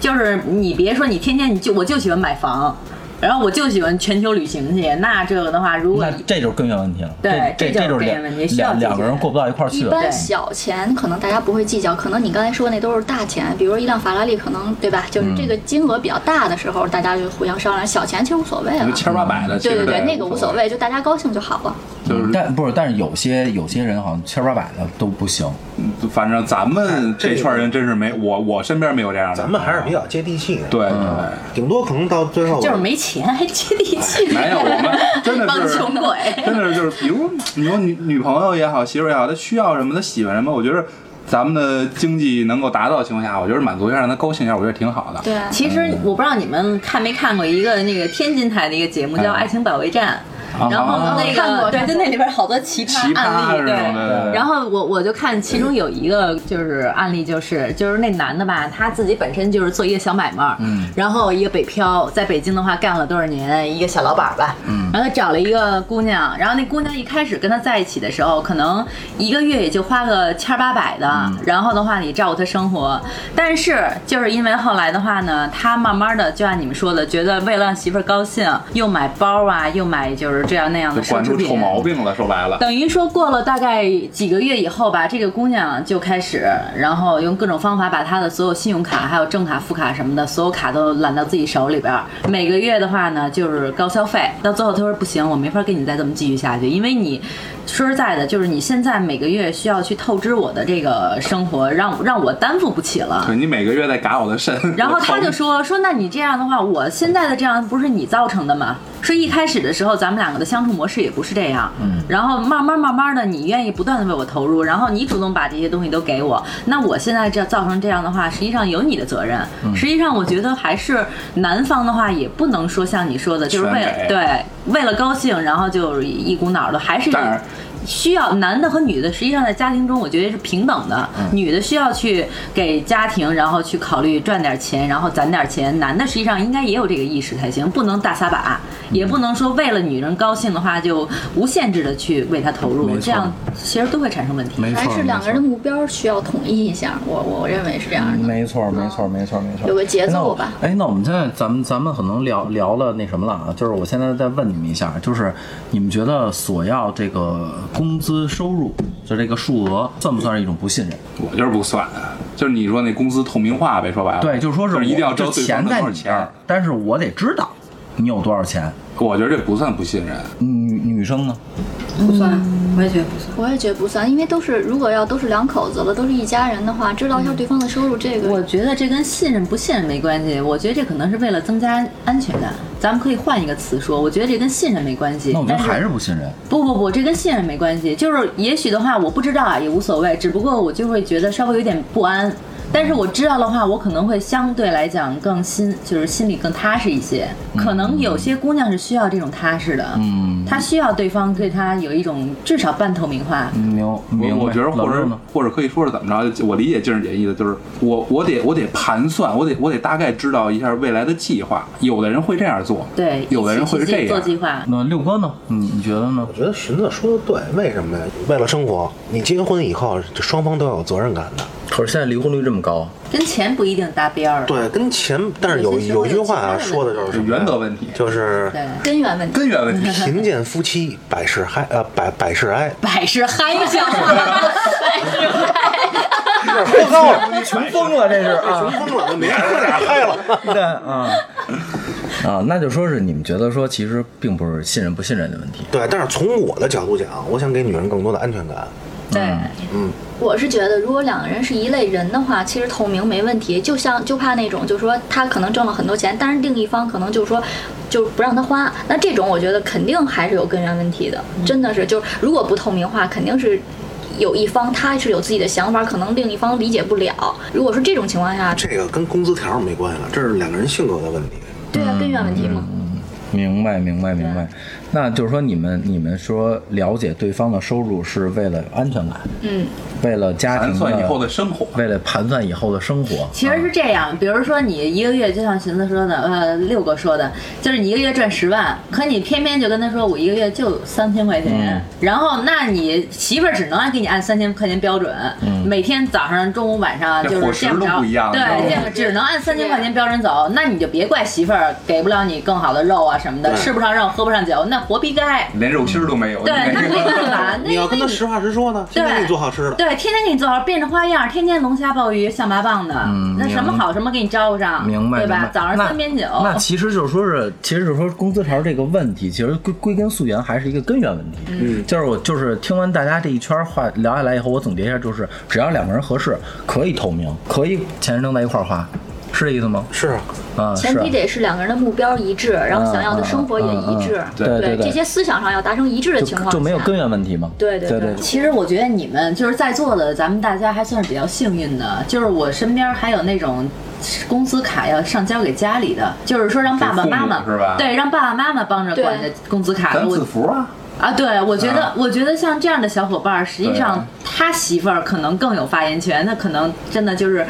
Speaker 6: 就是你别说你天天你就我就喜欢买房，然后我就喜欢全球旅行去，那这个的话，如果
Speaker 1: 那这就是根源问题了。
Speaker 6: 对
Speaker 1: 这
Speaker 6: 这
Speaker 1: 就是
Speaker 6: 就是根源
Speaker 1: 两
Speaker 6: 问题需要
Speaker 1: 两两
Speaker 6: 解决
Speaker 1: 个人过不到一块儿去
Speaker 4: 一
Speaker 1: 了。
Speaker 4: 般
Speaker 6: 对
Speaker 4: 小钱可能大家不会计较，可能你刚才说那都是大钱，比如说一辆法拉利，可能对吧？就是这个金额比较大的时候，大家就互相商量，小钱其实无 所谓了。
Speaker 2: 千八百的，其
Speaker 4: 对
Speaker 2: 实
Speaker 4: 对对，
Speaker 2: 也
Speaker 4: 那个无所。谓，就大家高兴就好了。
Speaker 2: 就是
Speaker 1: 但不是，但是有些有些人好像千八百的都不行。
Speaker 2: 嗯反正咱们这圈人真是没我，我身边没有这样的。
Speaker 5: 咱们还是比较接地气的，，
Speaker 2: 对对
Speaker 4: 嗯
Speaker 5: 顶多可能到最后
Speaker 6: 就是没钱还接地气，
Speaker 2: 对，没有我 们真 的
Speaker 6: 帮
Speaker 2: 是
Speaker 6: 穷鬼。
Speaker 2: 真的是就是，比如你说女女朋友也好，媳妇儿也好，她需要什么，她喜欢什么，我觉得咱们的经济能够达到的情况下，我觉得满足一下，让她高兴一下，我觉得挺好的。
Speaker 4: 对，
Speaker 6: 其实我不知道你们看没看过一个那个天津台的一个节目
Speaker 2: 啊
Speaker 6: 叫《爱情保卫战》，然后那
Speaker 3: 看
Speaker 6: 个
Speaker 3: 过
Speaker 6: 对，
Speaker 3: 看
Speaker 6: 就
Speaker 3: 过
Speaker 6: 那里边好多奇
Speaker 2: 奇
Speaker 6: 葩案
Speaker 2: 葩
Speaker 6: 例，
Speaker 2: 是什么的，
Speaker 6: 然后我我就看其中有一个就是案例，就是就是那男的吧，他自己本身就是做一个小买卖，嗯，然后一个北漂，在北京的话干了多少年，一个小老板吧，嗯，然后他找了一个姑娘，然后那姑娘一开始跟他在一起的时候，可能一个月也就花个千儿八百的，
Speaker 2: 嗯
Speaker 6: 然后的话你照顾他生活，但是就是因为后来的话呢，他慢慢的就像你们说的，觉得为了让媳妇儿高兴，又买包啊，又买就是这样那样的
Speaker 2: 就
Speaker 6: 奢
Speaker 2: 惯
Speaker 6: 侈
Speaker 2: 出
Speaker 6: 品，
Speaker 2: 臭毛病了，说白了。
Speaker 6: 等于说过了大概几个月以后吧，这个姑娘就开始，然后用各种方法把她的所有信用卡、还有正卡、副卡什么的，所有卡都揽到自己手里边儿。每个月的话呢，就是高消费。到最后她说不行，我没法跟你再这么继续下去，因为你说实在的，就是你现在每个月需要去透支我的这个生活，让让我担负不起了。
Speaker 2: 对你每个月在嘎我的肾，
Speaker 6: 然后他就说说，那你这样的话，我现在的这样不是你造成的吗？说一开始的时候，咱们两个的相处模式也不是这样，嗯，然后慢慢慢慢的，你愿意不断的为我投入，然后你主动把这些东西都给我，那我现在这造成这样的话，实际上有你的责任。
Speaker 2: 嗯
Speaker 6: 实际上，我觉得还是男方的话，也不能说像你说的，就是为了
Speaker 2: 全给
Speaker 6: 对为了高兴，然后就一股脑的，还是
Speaker 2: 但是
Speaker 6: 需要男的和女的，实际上在家庭中，我觉得是平等的。
Speaker 1: 嗯
Speaker 6: 女的需要去给家庭，然后去考虑赚点钱，然后攒点钱；男的实际上应该也有这个意识才行，不能大撒把，
Speaker 1: 嗯
Speaker 6: 也不能说为了女人高兴的话就无限制的去为她投入，这样其实都会产生问题。
Speaker 1: 没
Speaker 4: 还
Speaker 1: 错，
Speaker 4: 是两个人的目标需要统一一下，我我认为是这样的。
Speaker 1: 没错，没错，没错，没错，
Speaker 4: 有个节奏吧
Speaker 1: 那我哎，那我们现在咱们咱们可能聊聊了那什么了啊？就是我现在再问你们一下，啊就是你们觉得索要这个工资收入，就这个数额，算不算是一种不信任？
Speaker 2: 我就是不算，啊就是你说那公司透明化呗，说白了，
Speaker 1: 对，就是说是
Speaker 2: 啊一定要
Speaker 1: 我
Speaker 2: 知道
Speaker 1: 这
Speaker 2: 对方
Speaker 1: 钱
Speaker 2: 的
Speaker 1: 在
Speaker 2: 多少
Speaker 1: 你这儿
Speaker 2: 钱。，
Speaker 1: 但是我得知道你有多少钱。
Speaker 2: 我觉得这不算不信任，
Speaker 1: 女女生呢？
Speaker 3: 不算，我也觉得不算。
Speaker 4: 我也觉得不算，因为都是如果要都是两口子了，都是一家人的话，知道一下对方的收入，这个
Speaker 6: 我觉得这跟信任不信任没关系，我觉得这可能是为了增加安全感。咱们可以换一个词说，我觉得这跟信任没关系。
Speaker 1: 那我觉得
Speaker 6: 但是
Speaker 1: 还是不信任。
Speaker 6: 不不不，这跟信任没关系。就是也许的话，我不知道啊，也无所谓。只不过我就会觉得稍微有点不安。但是我知道的话，我可能会相对来讲更心，就是心里更踏实一些。可能有些姑娘是需要这种踏实的，嗯，她需要对方对她有一种至少半透明化。
Speaker 2: 嗯
Speaker 1: 牛，明
Speaker 2: 我我
Speaker 1: 白
Speaker 2: 觉得
Speaker 1: 老
Speaker 2: 或
Speaker 1: 六
Speaker 2: 者
Speaker 1: 呢？
Speaker 2: 或者可以说是怎么着，就我理解静儿姐意思就是我我得我得盘算，我得我得大概知道一下未来的计划。有的人会这样做，
Speaker 6: 对，
Speaker 2: 有的人
Speaker 6: 一起
Speaker 2: 会这
Speaker 6: 去做
Speaker 2: 样。嗯
Speaker 6: 计划。
Speaker 1: 那六哥呢？你你觉得呢
Speaker 5: 我？觉得荀子说的对，为什么呀？为了生活，你结婚以后，这双方都要有责任感的。
Speaker 1: 可是现在离婚率这么高，啊
Speaker 6: 跟钱不一定搭边 儿。
Speaker 5: 对，跟钱，但是有有一句话啊，说的就是什么呀
Speaker 2: 原则问题
Speaker 5: 就是
Speaker 6: 对，
Speaker 4: 根源问题。
Speaker 2: 根源问 题。
Speaker 5: 贫贱夫妻百事嗨，呃，百百事 哀。
Speaker 6: 百事嗨 的笑话，百事嗨。
Speaker 5: 喝高了，
Speaker 1: 你
Speaker 2: 哎
Speaker 1: 穷疯了，这是啊。
Speaker 5: 疯了，没喝点嗨了。
Speaker 1: 对，啊 啊，那就说是你们觉得说，其实并不是信任不信任的问题。
Speaker 5: 对，但是从我的角度讲，我想给女人更多的安全感。
Speaker 2: 嗯
Speaker 6: 对，
Speaker 4: 我是觉得，如果两个人是一类人的话，其实透明没问题。就像就怕那种，就是说他可能挣了很多钱，但是另一方可能就是说，就不让他花。那这种我觉得肯定还是有根源问题的，
Speaker 1: 嗯
Speaker 4: 真的是就是如果不透明化，肯定是。有一方他是有自己的想法，可能另一方理解不了。如果是这种情况下，
Speaker 1: 嗯
Speaker 5: 这个跟工资条没关系了，这是两个人性格的问题。
Speaker 4: 对啊，根源问题嘛。
Speaker 1: 明白，明白，明白
Speaker 4: 对。
Speaker 1: 那就是说，你们你们说了解对方的收入是为了安全感，
Speaker 4: 嗯，
Speaker 1: 为了家庭
Speaker 2: 盘算以后的
Speaker 1: 的，
Speaker 2: 生活，
Speaker 1: 为了盘算以后的生活。
Speaker 6: 其实是这样，比如说你一个月，就像寻思说的，呃，六哥说的，就是你一个月赚十万，可你偏偏就跟他说我一个月就三千块
Speaker 5: 嗯
Speaker 6: 钱，然后那你媳妇儿只能按给你按三千块钱标准，
Speaker 5: 嗯
Speaker 6: 每天早上、中午、晚上
Speaker 2: 这
Speaker 6: 就
Speaker 2: 伙
Speaker 6: 是
Speaker 2: 食
Speaker 6: 见不
Speaker 2: 都
Speaker 6: 着，
Speaker 2: 不一样
Speaker 6: 对，
Speaker 2: 你知
Speaker 6: 见
Speaker 2: 道
Speaker 6: 不
Speaker 2: 吗
Speaker 6: 只能按三千块钱标准走，那你就别怪媳妇儿给不了你更好的肉啊什么的，
Speaker 5: 对
Speaker 6: 吃不上肉，喝不上酒，那活逼该。
Speaker 2: 连肉心儿都没有。
Speaker 6: 对，那没办 法，那
Speaker 5: 你要跟
Speaker 6: 因
Speaker 5: 他
Speaker 6: 为
Speaker 5: 实话实说呢，天天给你做好吃的。
Speaker 6: 对，天天给你做好，变着花样，天天龙虾鲍鱼、象拔蚌的，那什么好什么给你招上，
Speaker 1: 嗯明白，
Speaker 6: 对
Speaker 1: 明
Speaker 6: 吧
Speaker 1: 白？
Speaker 6: 早上
Speaker 1: 那
Speaker 6: 三杯酒，
Speaker 1: 那其实就是说是，其实就是说工资潮这个问题，其实归归根溯源还是一个根源问题。嗯，就是我就是听完大家这一圈话聊下来以后，我总结一下，就是只要两个人合适，可以透明，可以钱扔在一块儿花，是这意思吗？
Speaker 5: 是啊，
Speaker 1: 啊，
Speaker 4: 前
Speaker 1: 是啊
Speaker 4: 提得是两个人的目标一致，然后想要的生活也一致，
Speaker 1: 嗯嗯嗯对对对
Speaker 4: 这些思想上要达成一致的情况
Speaker 1: 就
Speaker 4: 下，
Speaker 1: 就没有根源问题嘛。
Speaker 4: 对对
Speaker 1: 对
Speaker 4: 对
Speaker 6: 其实我觉得你们就是在座的，咱们大家还算是比较幸运的，就是我身边还有那种。工资卡要上交给家里的，就是说让爸爸
Speaker 2: 给父
Speaker 6: 妈妈
Speaker 2: 母是吧
Speaker 6: 对，让爸爸妈妈帮着管着
Speaker 4: 对
Speaker 6: 工资卡 的。
Speaker 2: 咱
Speaker 6: 我
Speaker 2: 字符啊，
Speaker 6: 啊，对，我觉得，我觉得像这样的小伙伴儿，实际
Speaker 2: 对
Speaker 6: 上
Speaker 2: 啊
Speaker 6: 他媳妇儿可能更有发言权，那可能真的就是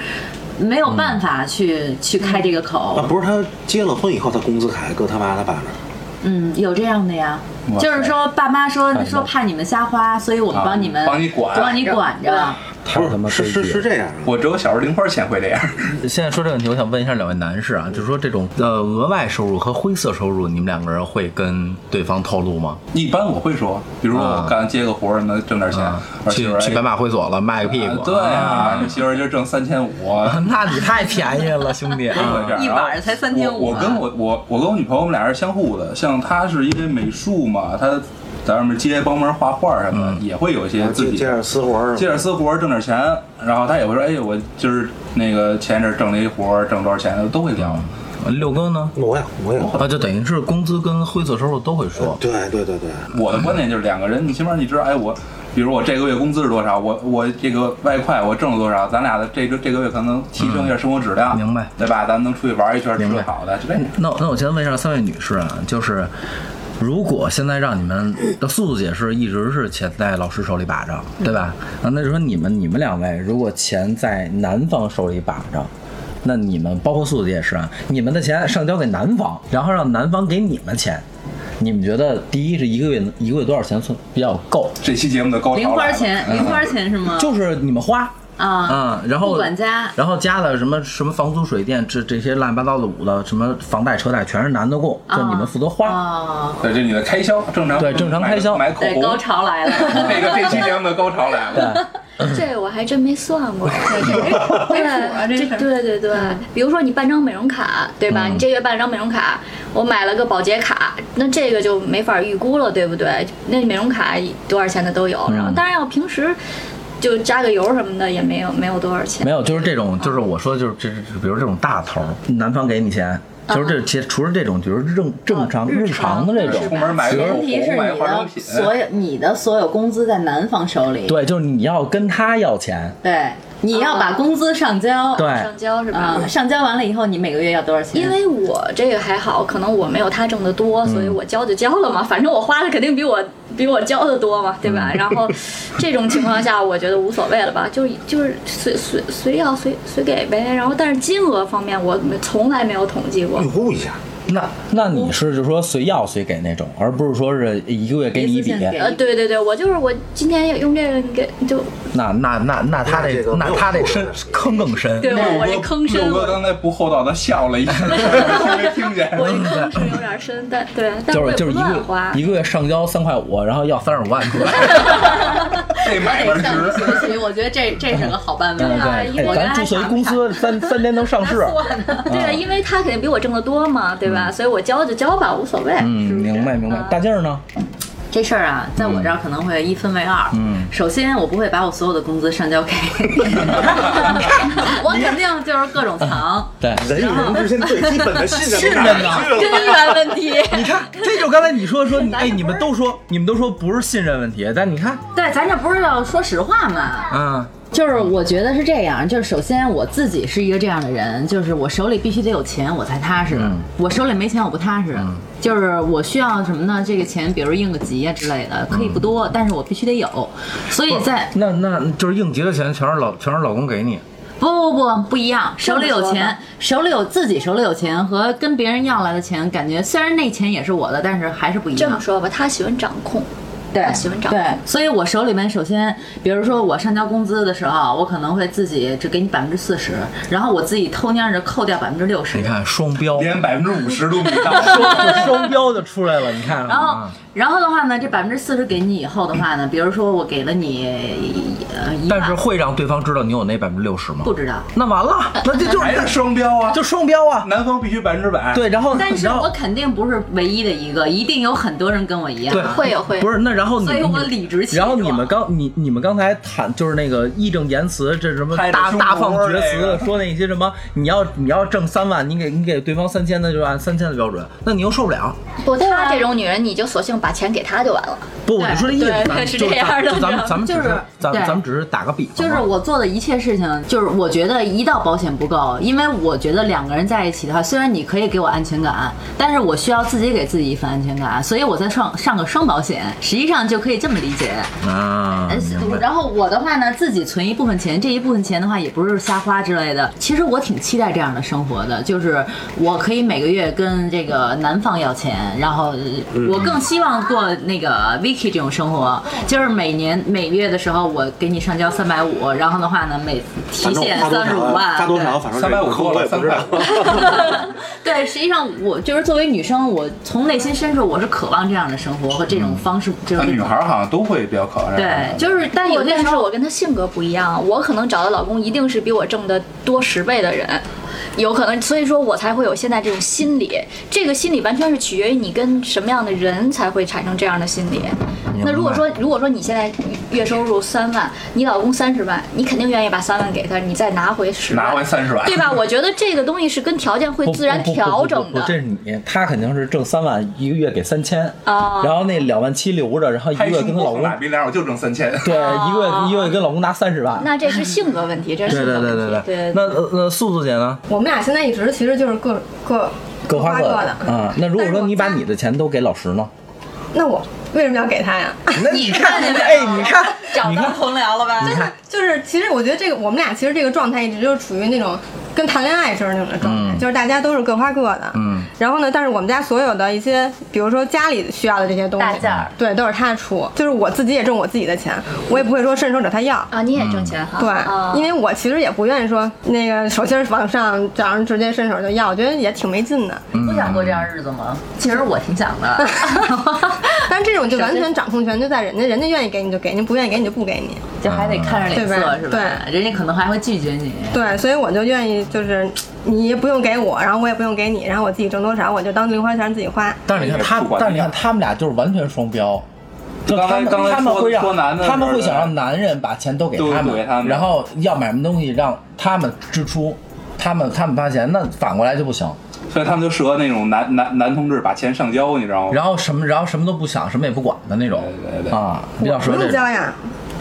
Speaker 6: 没有办法去、去开这个
Speaker 5: 那
Speaker 6: 口。
Speaker 5: 不是他结了婚以后，他工资卡还搁他妈他爸那儿。
Speaker 6: 嗯，有这样的呀，
Speaker 1: 哇
Speaker 6: 就是说爸妈说
Speaker 1: 太多
Speaker 6: 说怕你们瞎花，所以我们
Speaker 2: 啊
Speaker 6: 帮你们
Speaker 2: 帮你管
Speaker 6: 帮你管着。
Speaker 1: 太他妈
Speaker 5: 不是，是是是
Speaker 1: 这。
Speaker 5: 这样的。
Speaker 2: 我只有小时候零花钱会这样。
Speaker 1: 现在说这个问题，我想问一下两位男士啊，就是说这种呃额外收入和灰色收入，你们两个人会跟对方透露吗？
Speaker 2: 一般我会说，比如说
Speaker 1: 啊
Speaker 2: 我干接个活儿能挣点钱，
Speaker 1: 嗯
Speaker 2: 我
Speaker 1: 去
Speaker 2: 说媳妇儿
Speaker 1: 去
Speaker 2: 哎
Speaker 1: 白马会所了，卖个屁股。
Speaker 2: 啊对 啊，这媳妇儿就挣三千五。啊
Speaker 1: 那你太便宜了，兄弟。
Speaker 2: 这样
Speaker 6: 一晚上才3500
Speaker 2: 我我跟我我我跟我女朋友，我们俩是相互的。像她是因为美术嘛，她在外面接帮忙画画什
Speaker 1: 嗯
Speaker 2: 么的，也会有一些自
Speaker 5: 接
Speaker 2: 己
Speaker 5: 接着私活儿
Speaker 2: 接着私活儿挣点钱，然后她也会说，哎，我就是那个前一阵儿挣了一活儿，挣多少钱，都会聊。
Speaker 1: 六哥呢？
Speaker 5: 我呀，我也会。
Speaker 1: 啊，就等于是工资跟灰色收入都会说。
Speaker 5: 对对对对，
Speaker 2: 我的观点就是两个人，你起码你知道，哎，我比如我这个月工资是多少，我我这个外快我挣了多少，咱俩的这个这个月可能提升一下生活质量，
Speaker 1: 明白
Speaker 2: 对吧？咱们能出去玩一圈，吃
Speaker 1: 明白
Speaker 2: 顿好的，就这样。
Speaker 1: 哎那那我先问一下三位女士啊，就是如果现在让你们的速度姐是一直是钱在老师手里把着，对吧？啊，那就说你们你们两位如果钱在男方手里把着。那你们包括速度姐也是啊，你们的钱上交给男方，然后让男方给你们钱，你们觉得第一是一个月一个月多少钱算比较够？
Speaker 2: 这期节目的高潮
Speaker 6: 零花
Speaker 2: 来了嗯
Speaker 6: 钱，零花钱是吗？
Speaker 1: 就是你们花，
Speaker 6: 啊
Speaker 1: 啊，然后
Speaker 6: 不管家
Speaker 1: 然后加了什么什么房租、水电这这些乱七八糟的五的，什么房贷、车贷全是男的供，就你们负责花。
Speaker 6: 啊，
Speaker 2: 对，这是你的开销正常，
Speaker 1: 对正常开销
Speaker 2: 买买口
Speaker 6: 对，
Speaker 2: 红，
Speaker 6: 高潮来 了。
Speaker 2: 这个这期节目的高潮来了，
Speaker 4: 这我还真没算过，对
Speaker 6: 啊这事儿嗯
Speaker 4: 对对对，比如说你办张美容卡，对吧？你这月办张美容卡，我买了个保洁卡，那这个就没法预估了，对不对？那美容卡多少钱的都有，然后当然要平时就加个油什么的也没有没有多少钱
Speaker 1: 没。有，就是这种，就是我说的就是这，这比如这种大头儿，男方给你钱，就是这其实除了这种，就是正正常
Speaker 6: 日常
Speaker 1: 常的这种
Speaker 2: 出，门买个口
Speaker 6: 前提是
Speaker 2: 红，买
Speaker 6: 你
Speaker 2: 化妆
Speaker 6: 的
Speaker 2: 品，
Speaker 6: 所有你的所有工资在男方手里，
Speaker 1: 对，就是你要跟他要钱，
Speaker 6: 对，你要把工资上交，
Speaker 1: 对，
Speaker 4: 上交是吧？
Speaker 6: 啊，上交完了以后，你每个月要多少钱？
Speaker 4: 因为我这个还好，可能我没有他挣的
Speaker 1: 嗯
Speaker 4: 多，所以我交就交了嘛，反正我花的肯定比我比我交的多嘛，对吧？
Speaker 1: 嗯
Speaker 4: 然后这种情况下，我觉得无所谓了吧，就是就是随随随要随随给呗。然后但是金额方面，我没从来没有统计过，
Speaker 5: 预估一下，
Speaker 1: 那那你是就说随要随给那种，而不是说是一个月给你一笔
Speaker 6: 一次性，给
Speaker 4: 呃，对对对，我就是我今天要用这个，你给就
Speaker 1: 那那那那他
Speaker 5: 那
Speaker 1: 这
Speaker 5: 这个
Speaker 1: 那
Speaker 5: 没有
Speaker 1: 他这
Speaker 5: 后
Speaker 1: 深
Speaker 5: 果
Speaker 1: 坑更深，
Speaker 4: 对我我这坑深，
Speaker 2: 六哥
Speaker 4: 我
Speaker 2: 刚才不厚道的笑了一下，没听见。
Speaker 4: 我这坑是有点深，但 对，但
Speaker 1: 就
Speaker 4: 我
Speaker 1: 是
Speaker 4: 也
Speaker 1: 就
Speaker 4: 不
Speaker 1: 是一
Speaker 4: 乱
Speaker 1: 个
Speaker 4: 花。
Speaker 1: 一个月上交三块五，然后要三十五万出来。
Speaker 2: 这买
Speaker 6: 哎
Speaker 2: 卖
Speaker 6: 向你
Speaker 2: 值。
Speaker 6: 学习，我觉得这这是个好办法。
Speaker 4: 啊
Speaker 1: 对
Speaker 4: 因
Speaker 1: 对，
Speaker 4: 为
Speaker 1: 哎，咱注册一公司，三三年能上市。
Speaker 4: 对啊，因为他肯定比我挣得多嘛，对吧？所以我交就交吧，无所谓。
Speaker 1: 嗯，
Speaker 4: 是不是
Speaker 1: 明白明白
Speaker 4: 啊。
Speaker 1: 大劲儿呢？
Speaker 6: 这事儿啊，在我这儿可能会一分为二。
Speaker 1: 嗯
Speaker 6: 首先我不会把我所有的工资上交 给你，我肯定就是各种藏。
Speaker 1: 对，
Speaker 5: 人与人之间最基本的信
Speaker 1: 信任
Speaker 5: 任哪
Speaker 1: 呢
Speaker 5: 儿去了
Speaker 6: 根源问题，
Speaker 1: 你看，这就刚才你说说，你哎，你们都说你们都说不是信任问题，但你看，
Speaker 6: 对，咱这不是要说实话吗？
Speaker 1: 啊，
Speaker 6: 就是我觉得是这样，就是首先我自己是一个这样的人，就是我手里必须得有钱我才踏实，
Speaker 1: 嗯
Speaker 6: 我手里没钱我不踏实。就是我需要什么呢？这个钱，比如应个急啊之类的，可以
Speaker 1: 嗯
Speaker 6: 不多，但是我必须得有。所以在
Speaker 1: 那那就是应急的钱全是老全是老公给你，
Speaker 6: 不不不不一样，手里有
Speaker 4: 这么说
Speaker 6: 钱
Speaker 4: 吧，
Speaker 6: 手里有自己手里有钱和跟别人要来的钱，感觉虽然那钱也是我的，但是还是不一
Speaker 4: 这么
Speaker 6: 样。
Speaker 4: 说吧，他喜欢掌控，
Speaker 6: 对
Speaker 4: 他喜欢掌控
Speaker 6: 对，所以我手里面首先，比如说我上交工资的时候，我可能会自己只给你百分之四十，然后我自己偷蔫着扣掉百分之六十
Speaker 1: 你。看双标，
Speaker 2: 连百分之五十都没到，
Speaker 1: 双双标就出来了，你看，
Speaker 6: 然后
Speaker 1: 啊，
Speaker 6: 然后的话呢，这百分之四十给你以后的 话呢，比如说我给了你呃一
Speaker 1: 但是
Speaker 6: 万，
Speaker 1: 会让对方知道你有那百分之六十吗
Speaker 6: 不？知道，
Speaker 1: 那完了，那这就
Speaker 2: 还是
Speaker 1: 是
Speaker 2: 双标啊！
Speaker 1: 就双标啊，
Speaker 2: 南方必须百分之百。，
Speaker 1: 对，然后
Speaker 6: 但是
Speaker 1: 然
Speaker 6: 我
Speaker 1: 后
Speaker 6: 肯定不是唯一的一个，一定有很多人跟我一样。
Speaker 1: 对
Speaker 4: 会有会有
Speaker 1: 不是，那然后你
Speaker 6: 所以
Speaker 1: 你
Speaker 6: 我理直气
Speaker 1: 然后
Speaker 6: 壮
Speaker 1: 你们刚你你们刚才谈就是那个义正言辞，这什么
Speaker 2: 拍着
Speaker 1: 大
Speaker 2: 胸
Speaker 1: 大
Speaker 2: 脯
Speaker 1: 放厥词，
Speaker 2: 那个
Speaker 1: 说那些什么你要你要挣三万，你给你给对方三千，那就按三千的标准，那你又受不了。
Speaker 4: 不，她这种女人，你就索性把钱给她就完了。
Speaker 1: 不，我就说这意思，
Speaker 4: 对
Speaker 1: 咱
Speaker 4: 是
Speaker 1: 就
Speaker 4: 这样
Speaker 1: 咱
Speaker 4: 的
Speaker 1: 就咱们咱们只
Speaker 6: 就是是
Speaker 1: 咱
Speaker 6: 对
Speaker 1: 咱们只是打个比方
Speaker 6: 就
Speaker 1: 嘛，
Speaker 6: 是我做的一切事情，就是我觉得一到保险不够，因为我觉得两个人在一起的话，虽然你可以给我安全感，但是我需要自己给自己一份安全感，所以我再上上个双保险，实际上就可以这么理解。
Speaker 1: 啊，
Speaker 4: 哎
Speaker 5: 嗯
Speaker 6: 呃
Speaker 1: 明白
Speaker 6: 然后我的话呢，自己存一部分钱，这一部分钱的话也不是瞎花之类的。其实我挺期待这样的生活的，就是我可以每个月跟这个男方要钱，然后我更希望过那个 Vicky 这种生活，就是每年每月的时候我给你上交三百五，然后的话呢每提
Speaker 5: 反正
Speaker 6: 现
Speaker 5: 花多
Speaker 6: 三十
Speaker 5: 少
Speaker 6: 五万，
Speaker 5: 花多少，反正
Speaker 2: 三百五
Speaker 5: 扣
Speaker 2: 够
Speaker 5: 我也
Speaker 2: 了，
Speaker 5: 不
Speaker 2: 三
Speaker 5: 知
Speaker 2: 百
Speaker 5: 道
Speaker 2: 五。。
Speaker 6: 对，实际上我就是作为女生，我从内心深处我是渴望这样的生活和这种方式，这种
Speaker 2: 啊女孩好像都会比较考虑。
Speaker 6: 对，就是但有
Speaker 4: 有
Speaker 6: 些
Speaker 4: 但
Speaker 6: 时
Speaker 4: 是
Speaker 6: 候
Speaker 4: 我跟她性格不一样，我可能找的老公一定是比我挣的多十倍的人，有可能，所以说我才会有现在这种心理。这个心理完全是取决于你跟什么样的人才会产生这样的心理。那如果说如果说你现在月收入三万，你老公三十万，你肯定愿意把三万给他，你再拿回十万，
Speaker 2: 拿回三十万。
Speaker 4: 对吧？我觉得这个东西是跟条件会
Speaker 1: 不
Speaker 4: 自然
Speaker 1: 不不不
Speaker 4: 调
Speaker 1: 不
Speaker 4: 整
Speaker 1: 不
Speaker 4: 的。
Speaker 1: 这是你，她肯定是挣三万，一个月给三千，
Speaker 4: 啊
Speaker 1: 然后那两万七留着，然后一个
Speaker 2: 拍
Speaker 1: 月跟
Speaker 2: 胸
Speaker 1: 她老
Speaker 2: 口
Speaker 1: 公，
Speaker 2: 打鼻梁，我就挣三千。
Speaker 1: 对，一个月一个月跟老公拿三十万，
Speaker 4: 哦那这是性格问题，这
Speaker 1: 对
Speaker 4: 是性格
Speaker 1: 对
Speaker 4: 问题。
Speaker 1: 对对
Speaker 4: 对
Speaker 1: 那呃呃，素素姐呢？
Speaker 3: 我们俩现在一直其实就是各各
Speaker 1: 各花
Speaker 3: 各
Speaker 1: 各
Speaker 3: 的
Speaker 1: 的啊。那如果说你把你
Speaker 3: 的，
Speaker 1: 的钱都给老石呢？
Speaker 3: 那我为什么要给他呀？
Speaker 1: 那你看，哎，你看，
Speaker 6: 找
Speaker 1: 你
Speaker 6: 到
Speaker 1: 看，
Speaker 6: 同僚了吧？
Speaker 1: 你看，
Speaker 3: 就是其实我觉得这个我们俩其实这个状态一直就是处于那种跟谈恋爱似的那种的状态，
Speaker 1: 嗯
Speaker 3: 就是大家都是各花各的。
Speaker 1: 嗯，
Speaker 3: 然后呢，但是我们家所有的一些，比如说家里需要的这些东西，
Speaker 6: 大件儿
Speaker 3: 对，都是他出，就是我自己也挣我自己的钱，我也不会说伸手找他要。
Speaker 4: 啊，你也挣钱
Speaker 6: 嗯
Speaker 4: 哈？
Speaker 3: 对，
Speaker 4: 啊、
Speaker 3: 因为我其实也不愿意说那个手心儿往上，找人直接伸手就要，我觉得也挺没劲的。
Speaker 6: 不想过这样日子吗？其实我挺想 的。
Speaker 3: 但是这种就完全掌控权就在人家，人家愿意给你就给你，不愿意给你就不给你。
Speaker 6: 就还得看着脸
Speaker 3: 对吧
Speaker 6: 色是嗯吧？人家可能还会拒绝你。
Speaker 3: 对，所以我就愿意就是你也不用给我，然后我也不用给你，然后我自己挣多少我就当零花钱自己花。
Speaker 1: 但是你看他
Speaker 2: 不，管
Speaker 1: 但是你看他们俩就是完全双标。就他们
Speaker 2: 刚才刚才
Speaker 1: 他们
Speaker 2: 说
Speaker 1: 会
Speaker 2: 说
Speaker 1: 让
Speaker 2: 男的
Speaker 1: 他们
Speaker 2: 时候
Speaker 1: 会想让男人把钱都给
Speaker 2: 都
Speaker 1: 他
Speaker 2: 都
Speaker 1: 们，
Speaker 2: 给他们
Speaker 1: 然后要买什么东西让他们支出，他们他们花钱，那反过来就不行。
Speaker 2: 所以他们就适合那种男男男同志把钱上交，你知道吗？
Speaker 1: 然后什么然后什么都不想，什么也不管的那种
Speaker 2: 对对对
Speaker 1: 啊，比较
Speaker 3: 我
Speaker 1: 适合
Speaker 3: 不
Speaker 1: 这
Speaker 3: 用
Speaker 1: 种
Speaker 3: 交。呀，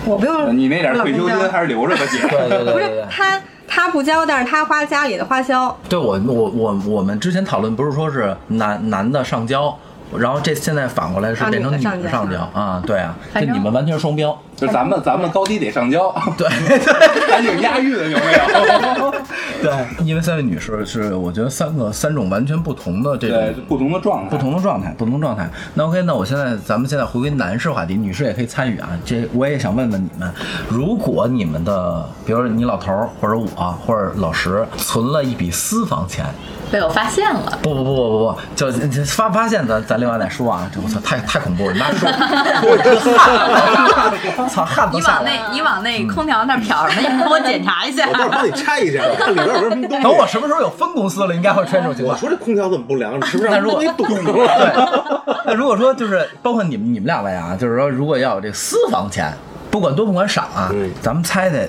Speaker 3: 我不用。
Speaker 2: 呃你那点退休
Speaker 3: 我老
Speaker 2: 金
Speaker 3: 公交
Speaker 2: 还是呃留着吧，姐。
Speaker 1: 对对对
Speaker 3: 不
Speaker 1: 对对
Speaker 3: 是。他他不交，但是他花家里的花销。
Speaker 1: 对我我我我们之前讨论不是说是男男的上交，然后这现在反过来是
Speaker 3: 啊
Speaker 1: 变成
Speaker 3: 女的
Speaker 1: 女的上
Speaker 3: 上
Speaker 1: 交
Speaker 3: 交
Speaker 1: 啊，对啊，这
Speaker 6: 反正
Speaker 1: 你们完全是双标，
Speaker 2: 就咱们咱们高低得上交，
Speaker 1: 对
Speaker 2: 还挺押韵的，有没有？
Speaker 1: 对，因为三位女士是我觉得三个三种完全不同的这
Speaker 2: 对
Speaker 1: 种，。
Speaker 2: 不同的状态，
Speaker 1: 不同的状态，不同状态。那 OK，那我现在咱们现在回归男士话题，女士也可以参与啊。这我也想问问你们，如果你们的，比如说你老头儿或者我或者老石存了一笔私房钱，
Speaker 6: 被我发现了。
Speaker 1: 不不不不不不，就就发发现咱咱另外再说啊，这我操太太恐怖了，那说我这汗，操 汗都
Speaker 6: 你
Speaker 1: 下
Speaker 6: 往
Speaker 1: 来了。
Speaker 6: 那，你往那空调那瞟什么？你给我检查一下
Speaker 5: 我。到时候帮你拆一下，我看里边有没有什么东西。
Speaker 1: 等我什么时候有分公司了，应该会出现这种情
Speaker 5: 我
Speaker 1: 况。
Speaker 5: 说这空调怎么不凉？是不是
Speaker 1: 那
Speaker 5: 让
Speaker 1: 如果
Speaker 5: 你堵上了？
Speaker 1: 那如果说就是包括你们你们两位啊，就是说如果要有这私房钱，不管多不管少啊，
Speaker 5: 嗯
Speaker 1: 咱们猜猜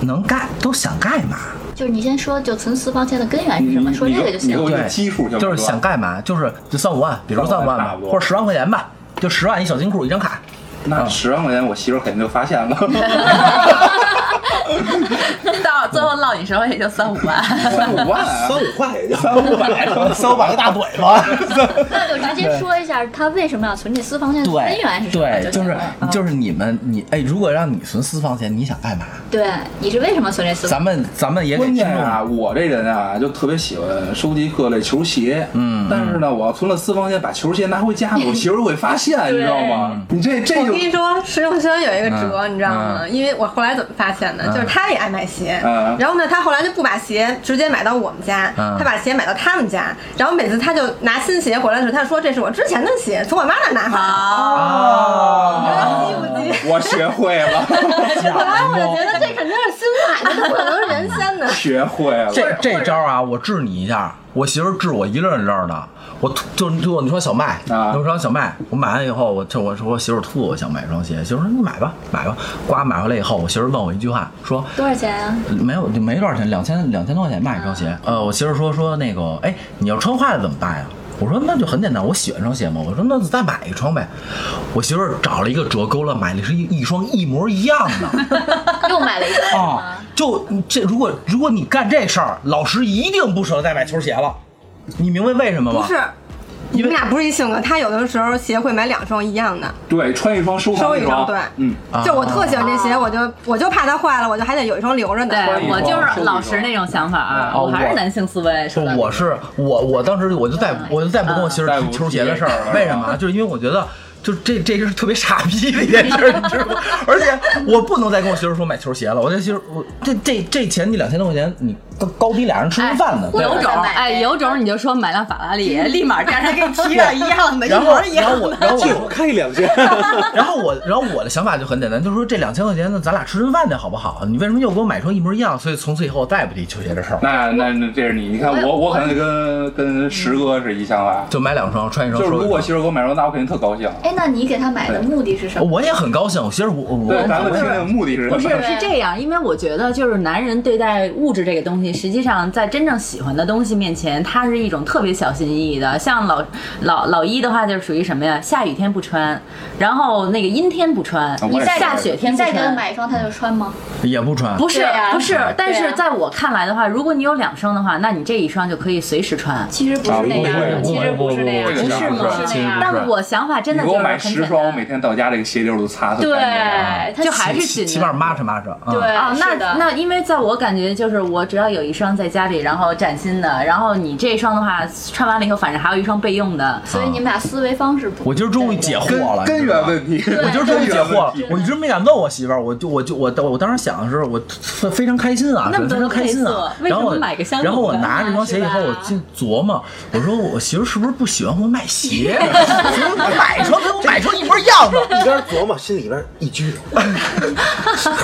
Speaker 1: 能干都想干嘛？
Speaker 4: 就是你先说，就存私房钱的根源是什么？
Speaker 2: 你
Speaker 4: 说这个就
Speaker 2: 你
Speaker 4: 行
Speaker 2: 给。我一
Speaker 1: 对，
Speaker 2: 个基数行吗
Speaker 1: 就是想干嘛，就是就三五万，比如
Speaker 2: 三
Speaker 1: 三
Speaker 2: 五万
Speaker 1: 五万吧
Speaker 2: 差不，多
Speaker 1: 或者十万块钱吧，就十万一小金库一张卡。
Speaker 2: 那十万块钱，我媳妇儿肯定就发现了。
Speaker 6: 到最后落你手里也就三五万。
Speaker 2: 三五万啊，
Speaker 5: 三五块也就。
Speaker 2: 三五百，
Speaker 1: 三五百个大嘴巴，
Speaker 4: 那就直接说一下他为什么要存这私房钱的根源是什 么？
Speaker 1: 对，
Speaker 4: 就
Speaker 1: 就
Speaker 4: 行
Speaker 1: 是
Speaker 4: 了啊
Speaker 3: 嗯
Speaker 1: 就是你们你哎，如果让你存私房钱，你想干嘛？
Speaker 4: 对，你是为什么存这私房？
Speaker 1: 咱们咱们也给
Speaker 2: 关
Speaker 1: 听
Speaker 2: 键
Speaker 1: 众
Speaker 2: 啊，我这人啊，就特别喜欢收集各类球鞋。嗯，但是呢，我要存了私房钱，把球鞋拿回家，我媳妇儿会发现，你知道吗？你这这
Speaker 3: 我
Speaker 2: 就
Speaker 3: 跟你说，实用生有一个辙，
Speaker 1: 嗯
Speaker 3: 你知道吗？因为我后来怎么发现的，就是他也爱买鞋
Speaker 2: 嗯，
Speaker 3: 然后呢，他后来就不把鞋直接买到我们家，
Speaker 1: 嗯
Speaker 3: 他把鞋买到他们家，然后每次他就拿新鞋回来的时候，他说这是我之前的鞋，从我妈那拿回来的。
Speaker 1: 啊，
Speaker 3: 急不急？
Speaker 2: 我学会了，。
Speaker 3: 后来我就觉得这肯定是新买的，这不可能是原先的
Speaker 2: 学会了。
Speaker 1: 这这招啊，我治你一下。我媳妇儿治我一愣一愣的，我吐就就你说小麦，
Speaker 2: 啊
Speaker 1: 你说小麦，我买完以后，我就我说我媳妇儿吐，我想买双鞋，媳妇儿说你买吧，买吧，呱买回来以后，我媳妇儿问我一句话，说
Speaker 4: 多少钱啊？
Speaker 1: 没有，就没多少钱，两千两千多块钱卖一双鞋。呃，我媳妇儿说说那个，哎，你要穿坏了怎么办呀？我说那就很简单，我喜欢双鞋嘛。我说那再买一双呗。我媳妇儿找了一个折扣了，买了是一一双一模一样 的
Speaker 4: 又买了一个
Speaker 1: 啊。就这，如果如果你干这事儿，老师一定不舍得再买球鞋了。你明白为什么吗？
Speaker 3: 不是，你们俩不是一性格。他有的时候鞋会买两双一样的，
Speaker 2: 对，穿一双收藏
Speaker 3: 收一
Speaker 1: 啊
Speaker 3: 双。对，
Speaker 2: 嗯，
Speaker 3: 就我特喜欢这鞋，我就我就怕它坏了，我就还得有一双留着呢。
Speaker 6: 对我就是老实那种想法啊，
Speaker 1: 哦
Speaker 6: 我还是男性思维。
Speaker 1: 不
Speaker 6: 说到，底
Speaker 1: 我是我，我当时我就再我就再不跟我媳妇儿
Speaker 2: 再
Speaker 1: 提
Speaker 2: 不
Speaker 1: 球鞋的事儿
Speaker 2: 提这事
Speaker 1: 了。
Speaker 2: 儿
Speaker 1: 为什么啊？就是因为我觉得，就这这就是特别傻逼的一件事儿，你知道吗？而且我不能再跟我媳妇儿说买球鞋了。我这媳妇儿，我这这这钱你两千多块钱，你高高低俩人吃顿饭呢。对吧
Speaker 6: 有种
Speaker 4: 买呗
Speaker 6: 哎，有种你就说买辆法拉利，立马这样他给你提上一样的，一
Speaker 1: 然后
Speaker 6: 模一
Speaker 1: 然
Speaker 6: 样
Speaker 1: 后我
Speaker 6: 的。
Speaker 1: 然后我
Speaker 5: 就开两千，
Speaker 1: 然后我，然后我的想法就很简单，就是说这两千块钱呢，咱俩吃顿饭去好不好？你为什么又给我买成一模一样？所以从此以后我再也不提球鞋的事儿了，
Speaker 2: 那那那这是你，你看我我可能跟跟石哥是一想法，
Speaker 1: 就买两双，穿一双。
Speaker 2: 就
Speaker 1: 嗯
Speaker 2: 是
Speaker 1: 收一
Speaker 2: 如
Speaker 1: 双
Speaker 2: 果媳妇儿给我买双，那我肯定特高兴。
Speaker 4: 哎，那你给他买的目的是什么？
Speaker 1: 我也很高兴，其实我我
Speaker 2: 对，咱
Speaker 1: 我
Speaker 2: 们听听目的是
Speaker 6: 不
Speaker 2: 什
Speaker 6: 是
Speaker 2: 么？
Speaker 6: 是这样，因为我觉得就是男人对待物质这个东西，实际上在真正喜欢的东西面前，他是一种特别小心翼翼的。像老老老一的话，就是属于什么呀？下雨天不穿，然后那个阴天不穿，
Speaker 2: 啊我也
Speaker 6: 你
Speaker 2: 是
Speaker 6: 再下雪天
Speaker 4: 你
Speaker 6: 不
Speaker 4: 再给他
Speaker 6: 穿。
Speaker 4: 买一双，他就穿吗？
Speaker 1: 也不穿。
Speaker 6: 不是
Speaker 4: 对啊
Speaker 6: 不是，但
Speaker 4: 对
Speaker 6: 是
Speaker 4: 啊
Speaker 6: 在我看来的话，如果你有两双的话，那你这一双就可以随时穿。
Speaker 4: 其实不是那样
Speaker 2: 啊
Speaker 4: 的，
Speaker 2: 不
Speaker 1: 会
Speaker 4: 其实
Speaker 1: 不会
Speaker 4: 是那样的，
Speaker 2: 不会
Speaker 4: 是
Speaker 2: 不会
Speaker 4: 吗？
Speaker 1: 其
Speaker 4: 是
Speaker 1: 实不
Speaker 4: 那
Speaker 1: 是
Speaker 4: 样的。
Speaker 6: 但我想法真
Speaker 2: 你
Speaker 6: 的
Speaker 2: 给我
Speaker 6: 就是很
Speaker 2: 买十
Speaker 6: 简
Speaker 2: 双，我
Speaker 6: 单。
Speaker 2: 每天到家这个鞋底儿都擦特干啊
Speaker 4: 对，他
Speaker 6: 就 还
Speaker 4: 起
Speaker 6: 是
Speaker 1: 起
Speaker 6: 紧
Speaker 1: 起码抹是抹着。嗯
Speaker 4: 对
Speaker 6: 啊，那
Speaker 4: 是的
Speaker 6: 那因为在我感觉就是我只要有一双在家里，然后崭新的，然后你这一双的话穿完了以后，反正还有一双备用的。
Speaker 4: 所以你们俩思维方式不
Speaker 1: 我今儿终于解惑
Speaker 2: 净。
Speaker 1: 了，
Speaker 2: 根
Speaker 1: 你
Speaker 2: 根
Speaker 1: 知道
Speaker 2: 源
Speaker 1: 吗
Speaker 2: 问题，
Speaker 4: 对
Speaker 1: 我今儿终于解惑了
Speaker 2: 根源问题，
Speaker 1: 我一直没敢问我媳妇儿，我就我就我当我当时想的是，我非非常开心啊，
Speaker 6: 那么多
Speaker 1: 非常开心啊
Speaker 6: 配色。为什
Speaker 1: 然
Speaker 6: 么
Speaker 1: 后我
Speaker 6: 买个相同的
Speaker 1: 然后我拿着这双鞋以后，
Speaker 4: 是
Speaker 1: 我
Speaker 4: 吧
Speaker 1: 就琢磨，我说我媳妇儿是不是不喜欢我买 鞋？所以我买一双跟我买一双一模一样的。
Speaker 5: 一边琢磨心里边一激灵，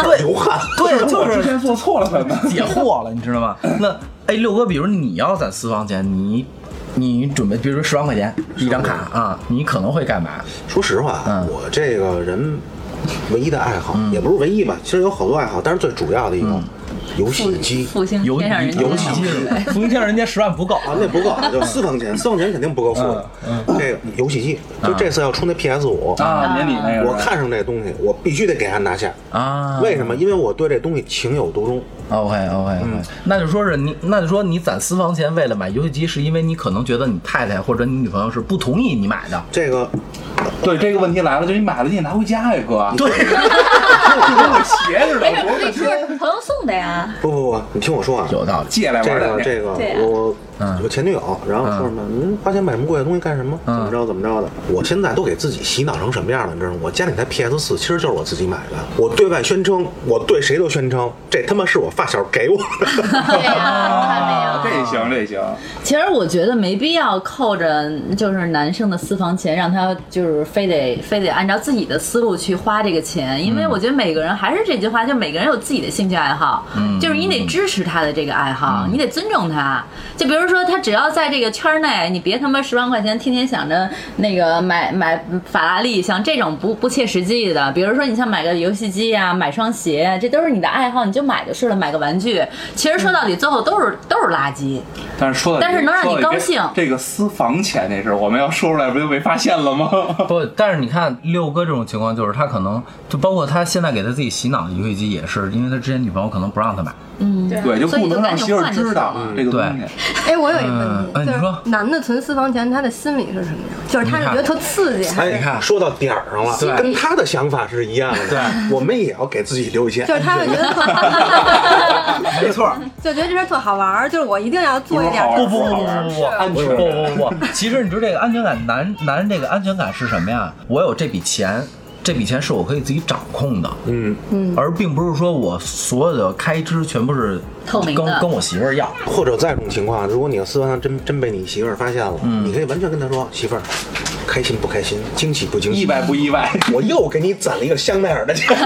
Speaker 1: 对
Speaker 5: 流汗。
Speaker 1: 对，就
Speaker 2: 我之
Speaker 1: 是
Speaker 2: 前做错了什么？
Speaker 1: 解惑了，你知道吗？那哎，六哥，比如你要攒私房钱，你你准备，比如说十万块钱一张卡啊，你可能会干嘛？
Speaker 5: 说实话，啊
Speaker 1: 嗯
Speaker 5: 我这个人唯一的爱好、
Speaker 2: 嗯
Speaker 5: 也不是唯一吧，其实有好多爱好，但是最主要的一个、游戏机
Speaker 6: 复兴
Speaker 1: 游
Speaker 6: 天上人间
Speaker 1: 游戏机是吧，福星天上人家十万不够。
Speaker 5: 啊，那不够，就私房钱，私房钱肯定不够付的。这个游戏机，就这次要出那 PS 五、
Speaker 2: 啊，年底那个，
Speaker 5: 我看上这东西，我必须得给它拿下。
Speaker 1: 啊，
Speaker 5: 为什么？因为我对这东西情有独钟。
Speaker 1: OK OK OK，、那就嗯说是你，那就说你攒私房钱为了买游戏机，是因为你可能觉得你太太或者你女朋友是不同意你买的。
Speaker 5: 这个
Speaker 2: 对这个问题来了，就是你买了你也拿回家呀，哥。
Speaker 1: 对，
Speaker 2: 跟我鞋似的，
Speaker 4: 没准
Speaker 2: 我
Speaker 4: 儿这
Speaker 2: 感
Speaker 4: 是
Speaker 2: 觉
Speaker 4: 朋友送的呀。
Speaker 5: 不不不，你听我说啊，
Speaker 1: 有道理。
Speaker 2: 借来
Speaker 5: 这
Speaker 2: 玩
Speaker 5: 个
Speaker 2: 两
Speaker 5: 这
Speaker 2: 天。
Speaker 5: 个
Speaker 4: 对啊
Speaker 5: 我我前女友，然后说什么，嗯，花钱买这么贵的东西干什么？怎么着怎么着的？我现在都给自己洗脑成什么样了？你知道吗？我家里台 PS 四其实就是我自己买的，我对外宣称，我对谁都宣称，这他妈是我发小给我的。
Speaker 4: 对呀、看没有？
Speaker 2: 啊这也行，这也行，
Speaker 6: 其实我觉得没必要扣着就是男生的私房钱，让他就是非得非得按照自己的思路去花这个钱，因为我觉得每个人还是这句话，就每个人有自己的兴趣爱好，就是你得支持他的这个爱好，你得尊重他。就比如说他只要在这个圈内，你别他妈十万块钱天天想着那个买买法拉利，像这种不不切实际的，比如说你像买个游戏机啊，买双鞋啊，这都是你的爱好，你就买就是了，买个玩具，其实说到底最后都是都是垃圾。
Speaker 2: 但是说到
Speaker 6: 但是能让你
Speaker 2: 说到
Speaker 6: 高兴
Speaker 2: 这这个私房钱这事儿，我们要说出来，不就被发现了吗？
Speaker 1: 不，但是你看六哥这种情况，就是他可能就包括他现在给他自己洗脑的游戏机，也是因为他之前女朋友可能不让他买。
Speaker 6: 啊
Speaker 2: 对，就不能让媳妇儿知道
Speaker 6: 所
Speaker 2: 这个东西。
Speaker 3: 哎，我有一个问
Speaker 1: 嗯哎
Speaker 3: 题，就
Speaker 1: 你说
Speaker 3: 是男的存私房钱，他的心理是什么样？就是他是
Speaker 1: 你看
Speaker 3: 觉得特刺激，还是
Speaker 5: 哎，
Speaker 1: 看
Speaker 5: 说到点儿上了，
Speaker 1: 对
Speaker 5: 跟他的想法是一样的。
Speaker 1: 对，
Speaker 5: 我们也要给自己留一些安
Speaker 3: 就
Speaker 5: 全
Speaker 3: 是他
Speaker 5: 感。
Speaker 3: 会觉得 特，
Speaker 1: 没错，
Speaker 3: 就觉得这事儿特好玩儿，就是我一定要做一点
Speaker 2: 不
Speaker 3: 儿。
Speaker 2: 是
Speaker 1: 不不不不不不，
Speaker 2: 安全感
Speaker 1: 不不 不，其实你说这个安全感，男男人这个安全感是什么呀？我有这笔钱。这笔钱是我可以自己掌控的，
Speaker 5: 嗯，
Speaker 1: 而并不是说我所有的开支全部是
Speaker 6: 透明的
Speaker 1: 跟跟我媳妇儿要。
Speaker 5: 或者再一种情况，如果你的私房钱真真被你媳妇儿发现了，你可以完全跟她说，媳妇儿，开心不开心，惊喜不惊喜，
Speaker 2: 意外不意外？
Speaker 5: 我又给你攒了一个香奈儿的钱。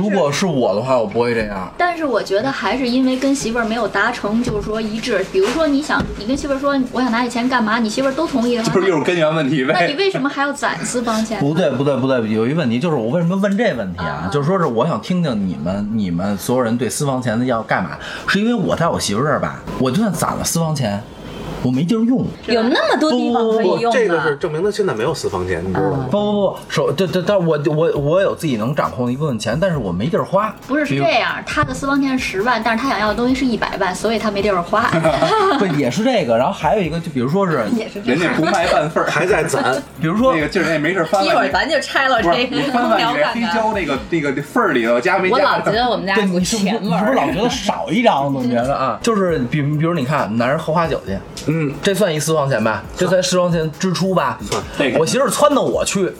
Speaker 1: 如果是我的话，我不会这样。
Speaker 4: 但是我觉得还是因为跟媳妇儿没有达成，就是说一致。比如说，你想，你跟媳妇儿说我想拿你钱干嘛，你媳妇儿都同意的话，
Speaker 2: 不是又是根源问题
Speaker 4: 那那你
Speaker 2: 呗？
Speaker 4: 为什么还要攒私房钱？
Speaker 1: 哎不对，不对，不对，有一问题就是我为什么问这问题啊？就是说是我想听听你们你们所有人对私房钱的要干嘛，是因为我在我媳妇儿这儿吧，我就算攒了私房钱，我没地儿用。
Speaker 6: 有那么多地方可以用啊的。
Speaker 5: 不，这个是证明他现在没有私房钱，你知道吗？
Speaker 1: 不不不，手对对，但我我我有自己能掌控的一部分钱，但是我没地儿花。
Speaker 4: 不是是
Speaker 1: 比如
Speaker 4: 这样，他的私房钱是十万，但是他想要的东西是一百万，所以他没地儿 花。
Speaker 1: 不也是这个，然后还有一个，就比如说是，
Speaker 3: 也是这
Speaker 2: 人
Speaker 3: 样。
Speaker 2: 家不卖半份儿，
Speaker 5: 还在攒，
Speaker 1: 比如说
Speaker 2: 那个劲儿，人家没事儿翻
Speaker 6: 一会
Speaker 2: 翻
Speaker 6: 儿
Speaker 2: 你。
Speaker 6: 咱就拆了这
Speaker 2: 不是
Speaker 6: 个
Speaker 2: 你翻
Speaker 6: 空
Speaker 2: 翻
Speaker 6: 调
Speaker 2: 你这
Speaker 6: 看
Speaker 2: 黑
Speaker 6: 看。
Speaker 2: 胶那个那个缝儿里头加没加？
Speaker 6: 我老觉得我们家
Speaker 1: 对，
Speaker 6: 有
Speaker 1: 你是不是
Speaker 6: 钱
Speaker 1: 你
Speaker 6: 味
Speaker 1: 是不是
Speaker 6: 儿，
Speaker 1: 老觉得少一张？总觉得 啊，就是比比如你看，男人喝花酒去，
Speaker 5: 嗯，
Speaker 1: 这算一私房钱吧？这算私房钱支出 吧？
Speaker 5: 算
Speaker 2: 这个
Speaker 1: 我媳妇儿撺掇我去，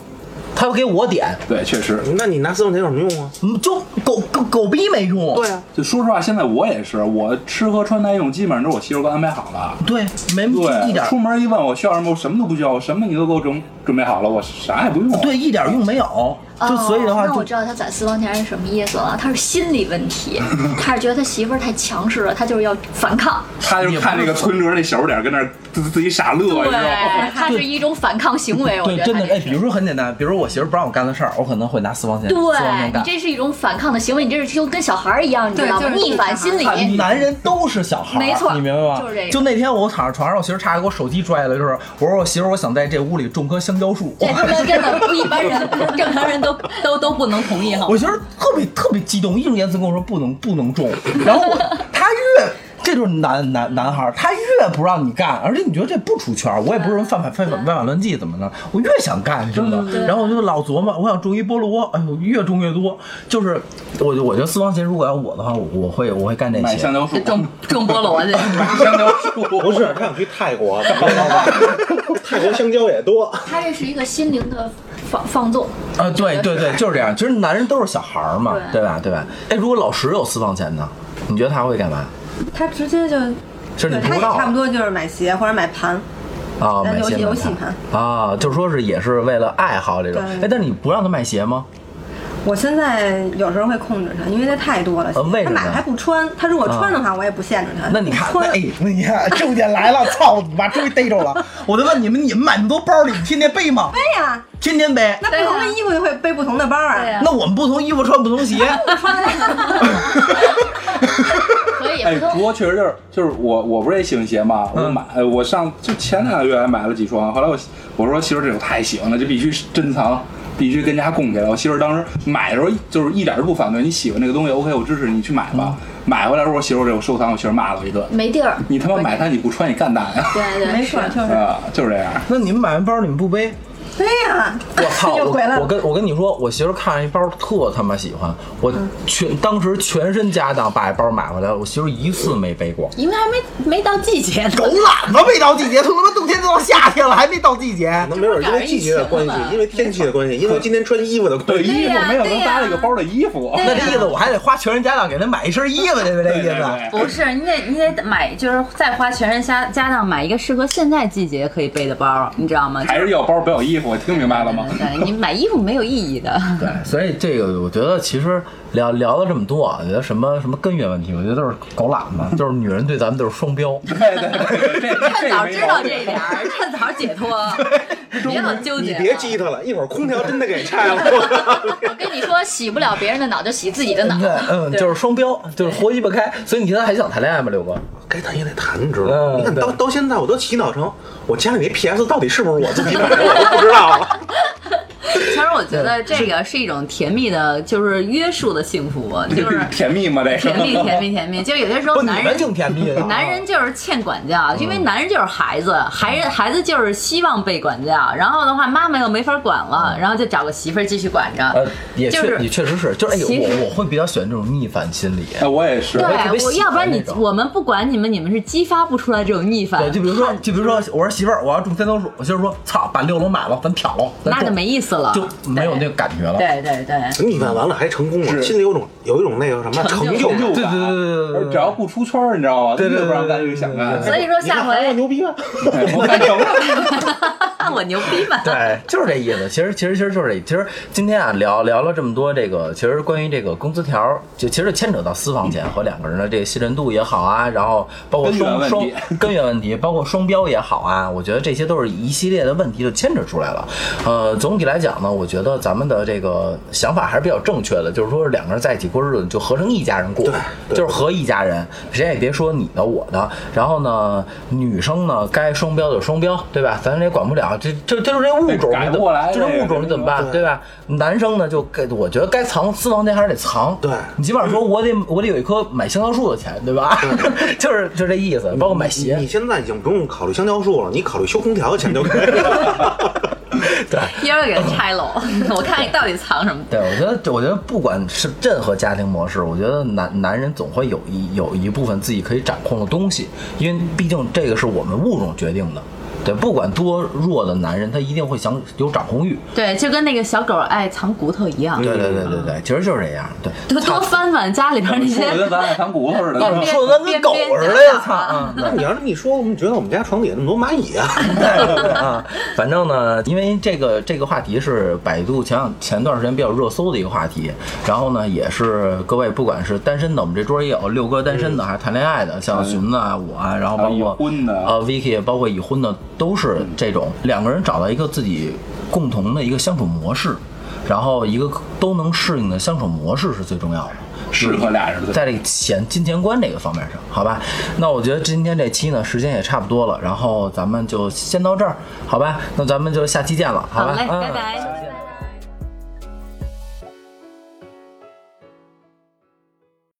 Speaker 1: 她要给我点，
Speaker 2: 对，确实。
Speaker 5: 那你拿私房钱有什么用啊？
Speaker 1: 嗯就狗狗狗逼没用。对
Speaker 2: 就说实话，现在我也是，我吃喝穿戴用基本上都是我媳妇儿给我安排好了。
Speaker 1: 对，没
Speaker 2: 对，
Speaker 1: 一点
Speaker 2: 出门一问我需要什么，我什么都不需要，我什么你都给我准准备好了，我啥也不用。
Speaker 1: 对一点用没有。就所以的话
Speaker 4: 哦，那
Speaker 1: 就
Speaker 4: 我知道他攒私房钱是什么意思了，他是心理问 题，他是觉得他媳妇儿太强势了，他就是要反抗，
Speaker 2: 他就是看那个存折那小不点儿跟那儿自自己傻乐，你知道吗？
Speaker 4: 他是一种反抗行为，我
Speaker 1: 哎对
Speaker 4: 觉，得
Speaker 1: 真的
Speaker 4: 他这
Speaker 1: 哎，
Speaker 4: 是
Speaker 1: 比如说很简单，比如我媳妇儿不让我干的事儿，我可能会拿私房钱私房钱
Speaker 4: 对
Speaker 1: 干
Speaker 4: 你。这是一种反抗的行为，你这是就跟小孩儿一样，你知道吗？
Speaker 3: 对就是
Speaker 4: 逆反心理。
Speaker 1: 看男人都是小孩儿，啊
Speaker 4: 没错
Speaker 1: 你明白吗？
Speaker 4: 就是这个
Speaker 1: 那天我躺在床上，我媳妇儿差点给我手机摔了，就是我说我媳妇儿，我想在这屋里种棵香蕉树。
Speaker 6: 这他妈真的不一般人，正常人都都都不能同意哈。
Speaker 1: 我媳妇儿特别特别激动，义正言辞跟我说不能不能种。然后我他越这就是男男男孩儿，他越不让你干，而且你觉得这不出圈儿，我也不是什么犯法犯法犯法乱纪怎么了，我越想干真的。然后我就老琢磨，我想种一菠萝，哎呦越种越多。就是我就我觉得私房钱如果要我的话，我我会我会干这
Speaker 2: 买
Speaker 1: 些。
Speaker 2: 香蕉树，
Speaker 6: 种种菠萝去，
Speaker 2: 香蕉树，
Speaker 5: 不是，他想去泰国， 泰国香蕉也多。
Speaker 4: 他这是一个心灵的放放纵，
Speaker 1: 啊，对对对，就是这样。其实男人都是小孩儿嘛，对
Speaker 4: 对
Speaker 1: 吧？对吧？哎，如果老石有私房钱呢，你觉得他会干嘛？
Speaker 3: 他直接就，
Speaker 1: 就是你不
Speaker 3: 对，他
Speaker 1: 知
Speaker 3: 也
Speaker 1: 道
Speaker 3: 差不多就是买鞋或者买盘，
Speaker 1: 啊，
Speaker 3: 那
Speaker 1: 买
Speaker 3: 游
Speaker 1: 鞋
Speaker 3: 戏游
Speaker 1: 买
Speaker 3: 戏盘
Speaker 1: 啊，就是说是也是为了爱好这种。
Speaker 3: 对
Speaker 1: 哎，但是你不让他买鞋吗？
Speaker 3: 我现在有时候会控制他，因为他太多了。
Speaker 1: 呃为什
Speaker 3: 他
Speaker 1: 么啊
Speaker 3: 买还不穿，他如果穿的话， 我也不限制他。
Speaker 1: 那你看，
Speaker 3: 不
Speaker 1: 那
Speaker 3: 穿
Speaker 1: 哎，那你看，重点来了，操你妈，终于逮着了！我就问你们，你们买那么多包里，你天天背吗？
Speaker 3: 对呀，
Speaker 1: 天天背。
Speaker 3: 那不同的衣服就会背不同的包
Speaker 4: 对
Speaker 3: 啊。
Speaker 4: 呀
Speaker 1: 那我们不同衣服穿不同 鞋，
Speaker 4: 可以
Speaker 2: 哎，
Speaker 4: 不
Speaker 2: 不
Speaker 4: 同。
Speaker 2: 过确实就是就是我我不是也喜欢鞋嘛，我买呃我上就前两个月还买了几双，后来我我说媳妇儿这种太喜欢了，这必须珍藏，必须跟家供起来。我媳妇儿当时买的时候就是一点都不反对，你喜欢这个东西，OK，我支持你去买吧。买回来时候我媳妇儿这我收藏，我媳妇儿骂了我一顿，
Speaker 4: 没地儿，
Speaker 2: 你他妈买它你不穿你干嘛呀？
Speaker 4: 对对，
Speaker 3: 没错，
Speaker 4: 是
Speaker 3: 就是
Speaker 2: 啊，就是这样。
Speaker 1: 那你们买完包你们不背？
Speaker 3: 对呀，
Speaker 1: 我 操！
Speaker 3: 又
Speaker 1: 我
Speaker 3: 回来
Speaker 1: 我
Speaker 3: 了。
Speaker 1: 跟我跟你说，我媳妇儿看上一包特他妈喜欢，我
Speaker 3: 嗯
Speaker 1: 全当时全身家当把一包买回来，我媳妇儿一次没背过。
Speaker 6: 因为还没没到季节呢。
Speaker 1: 狗懒子没到季节，从他妈冬天都到夏天了，还没到季节
Speaker 5: 可。能没准儿因为季节的关
Speaker 6: 这不是赶上疫情了吗
Speaker 5: 系，因为天气的关系，因为今天穿衣服的关
Speaker 2: 对
Speaker 5: 系，
Speaker 2: 衣
Speaker 6: 对
Speaker 2: 服
Speaker 6: 呀
Speaker 2: 没有
Speaker 6: 对
Speaker 2: 能
Speaker 6: 呀
Speaker 2: 搭这个包的衣服，
Speaker 1: 那这意思我还得花全身家当给他买一身衣服，对不对？这
Speaker 2: 对
Speaker 1: 意
Speaker 2: 对
Speaker 1: 思。
Speaker 2: 对。
Speaker 6: 不是，你得你得买，就是再花全身家家当买一个适合现在季节可以背的包，你知道吗？
Speaker 2: 还是要包不要衣服，听明白了吗？
Speaker 6: 对，你买衣服没有意义的。
Speaker 1: 对，所以这个我觉得其实聊聊了这么多啊，我觉得什么什么根源问题，我觉得都是狗懒 子，就是女人对咱们都是双标。
Speaker 2: 对对对，这
Speaker 6: 趁
Speaker 2: 这
Speaker 6: 早
Speaker 2: 也
Speaker 6: 知
Speaker 2: 没毛
Speaker 6: 道
Speaker 2: 病
Speaker 6: 这一点儿，趁早解脱，别老纠
Speaker 5: 你
Speaker 6: 结。
Speaker 5: 别激他了，一会儿空调真的给拆了。
Speaker 4: 我跟你说，洗不了别人的脑，就洗自己的脑。
Speaker 1: 对，嗯，就是双标，就是活鸡巴开。所以你现在还想谈恋爱吗，六哥？
Speaker 5: 该谈也得谈，你知道吗？
Speaker 1: 嗯
Speaker 5: 你看
Speaker 1: 对
Speaker 5: 到到现在我都洗脑成，我家里那 PS 到底是不是我自己买 的，我都不知道啊 了。
Speaker 6: 其实我觉得这个是一种甜蜜的，就是约束的 幸福，就是
Speaker 2: 甜蜜吗？这个
Speaker 6: 甜蜜甜蜜甜蜜。就有些时候
Speaker 1: 不，你嗯
Speaker 6: 男
Speaker 1: 们
Speaker 6: 人
Speaker 1: 挺甜蜜的。
Speaker 6: 男人就是欠管教，因为男人就是孩子，孩
Speaker 1: 嗯
Speaker 6: 人孩子就是希望被管教，然后的话妈妈又没法管了，然后就找个媳妇儿继续管
Speaker 1: 嗯呃
Speaker 6: 着。，
Speaker 1: 也确、
Speaker 6: 就是
Speaker 1: 也确实是，就是哎，
Speaker 6: 其实
Speaker 1: 我我会比较喜欢这种逆反心理。
Speaker 2: 哎，我也是，
Speaker 6: 对
Speaker 1: 我特别，喜
Speaker 6: 我
Speaker 1: 欢
Speaker 6: 要不然你
Speaker 1: 那种
Speaker 6: 我们不管你们，你们是激发不出来这种逆
Speaker 1: 对，
Speaker 6: 反
Speaker 1: 就，比如说，就比如说，我说媳妇儿，我要种三条树，我媳妇儿说，操，把六楼买了，咱挑了，咱
Speaker 6: 那
Speaker 1: 种
Speaker 6: 就没意思了，
Speaker 1: 就没有那个感觉了。
Speaker 6: 对对对，
Speaker 5: 你看完了还成功了，
Speaker 2: 是
Speaker 5: 心里有种有一种那个什么
Speaker 6: 成
Speaker 5: 成
Speaker 6: 就
Speaker 5: 就
Speaker 6: 感
Speaker 5: 感。
Speaker 2: 就
Speaker 1: 对对对对对对对
Speaker 2: 只要不出圈儿，你知道吗？
Speaker 1: 对对对
Speaker 2: 真的不让咱去想干。
Speaker 6: 所以说
Speaker 5: 你看
Speaker 6: 下
Speaker 5: 韩国
Speaker 6: 回
Speaker 5: 牛 逼吗？
Speaker 2: 哎我看成了，
Speaker 6: 我牛逼吧？
Speaker 1: 对，就是这意思。其实，其实，其实就是这。其实今天啊，聊聊了这么多，这个其实关于这个工资条，就其实牵扯到私房钱和两个人的这个信任度也好啊，然后包括
Speaker 2: 根源
Speaker 1: 双
Speaker 2: 问
Speaker 1: 双
Speaker 2: 题
Speaker 1: 根源问题，包括双标也好啊，我觉得这些都是一系列的问题就牵扯出来了。呃，总体来讲呢，我觉得咱们的这个想法还是比较正确的，就是说两个人在一起过日子，就合成一家人过
Speaker 5: 对，对
Speaker 1: 就是合一家人，谁也别说你的我的。然后呢，女生呢该双标就双标，对吧？咱也管不了，这这这就是这物种，
Speaker 2: 改
Speaker 1: 你
Speaker 2: 不过来
Speaker 1: 就这
Speaker 2: 这个
Speaker 1: 物种你怎么办，对吧？男生呢就该，我觉得该藏私房钱还是得藏，
Speaker 5: 对
Speaker 1: 你起码说我得我得有一棵买香蕉树的钱，对嗯吧？ 就是就这意思，包括买鞋
Speaker 5: 你，现在已经不用考虑香蕉树了，你考虑修空调的钱就可以 了。
Speaker 1: 对。
Speaker 6: 一会儿给它拆喽，我看你到底藏什么。
Speaker 1: 对，我觉得，我觉得不管是任何家庭模式，我觉得男男人总会有一有一部分自己可以掌控的东西，因为毕竟这个是我们物种决定的。对，不管多弱的男人，他一定会想有掌控欲。
Speaker 6: 对，就跟那个小狗爱藏骨头一样，
Speaker 1: 对对对对对，其实就是这样。对，
Speaker 6: 多多翻翻家里边那
Speaker 2: 说
Speaker 6: 些
Speaker 2: 的跟咱俩谈骨头似的。
Speaker 1: 你说的咱跟狗似的呀，操！嗯
Speaker 5: 那你要这么一说，我们觉得我们家床底下那么多蚂蚁啊！
Speaker 1: 啊，反正呢，因为这个这个话题是百度前两前段时间比较热搜的一个话题，然后呢，也是各位不管是单身的，我们这桌也有六哥单身的，还是谈恋爱的，像寻子啊、我啊，然后包括
Speaker 2: 哎还有已婚的嗯
Speaker 1: 呃 Vicky，包括已婚的，都是这种两个人找到一个自己共同的一个相处模式。然后一个都能适应的相处模式是最重要的，
Speaker 2: 适合俩人的
Speaker 1: 在这个钱金钱观这个方面上，好吧？那我觉得今天这期呢，时间也差不多了，然后咱们就先到这儿，好吧？那咱们就下期见了，吧？
Speaker 6: 好嘞
Speaker 1: 嗯
Speaker 6: 拜拜
Speaker 1: 下期见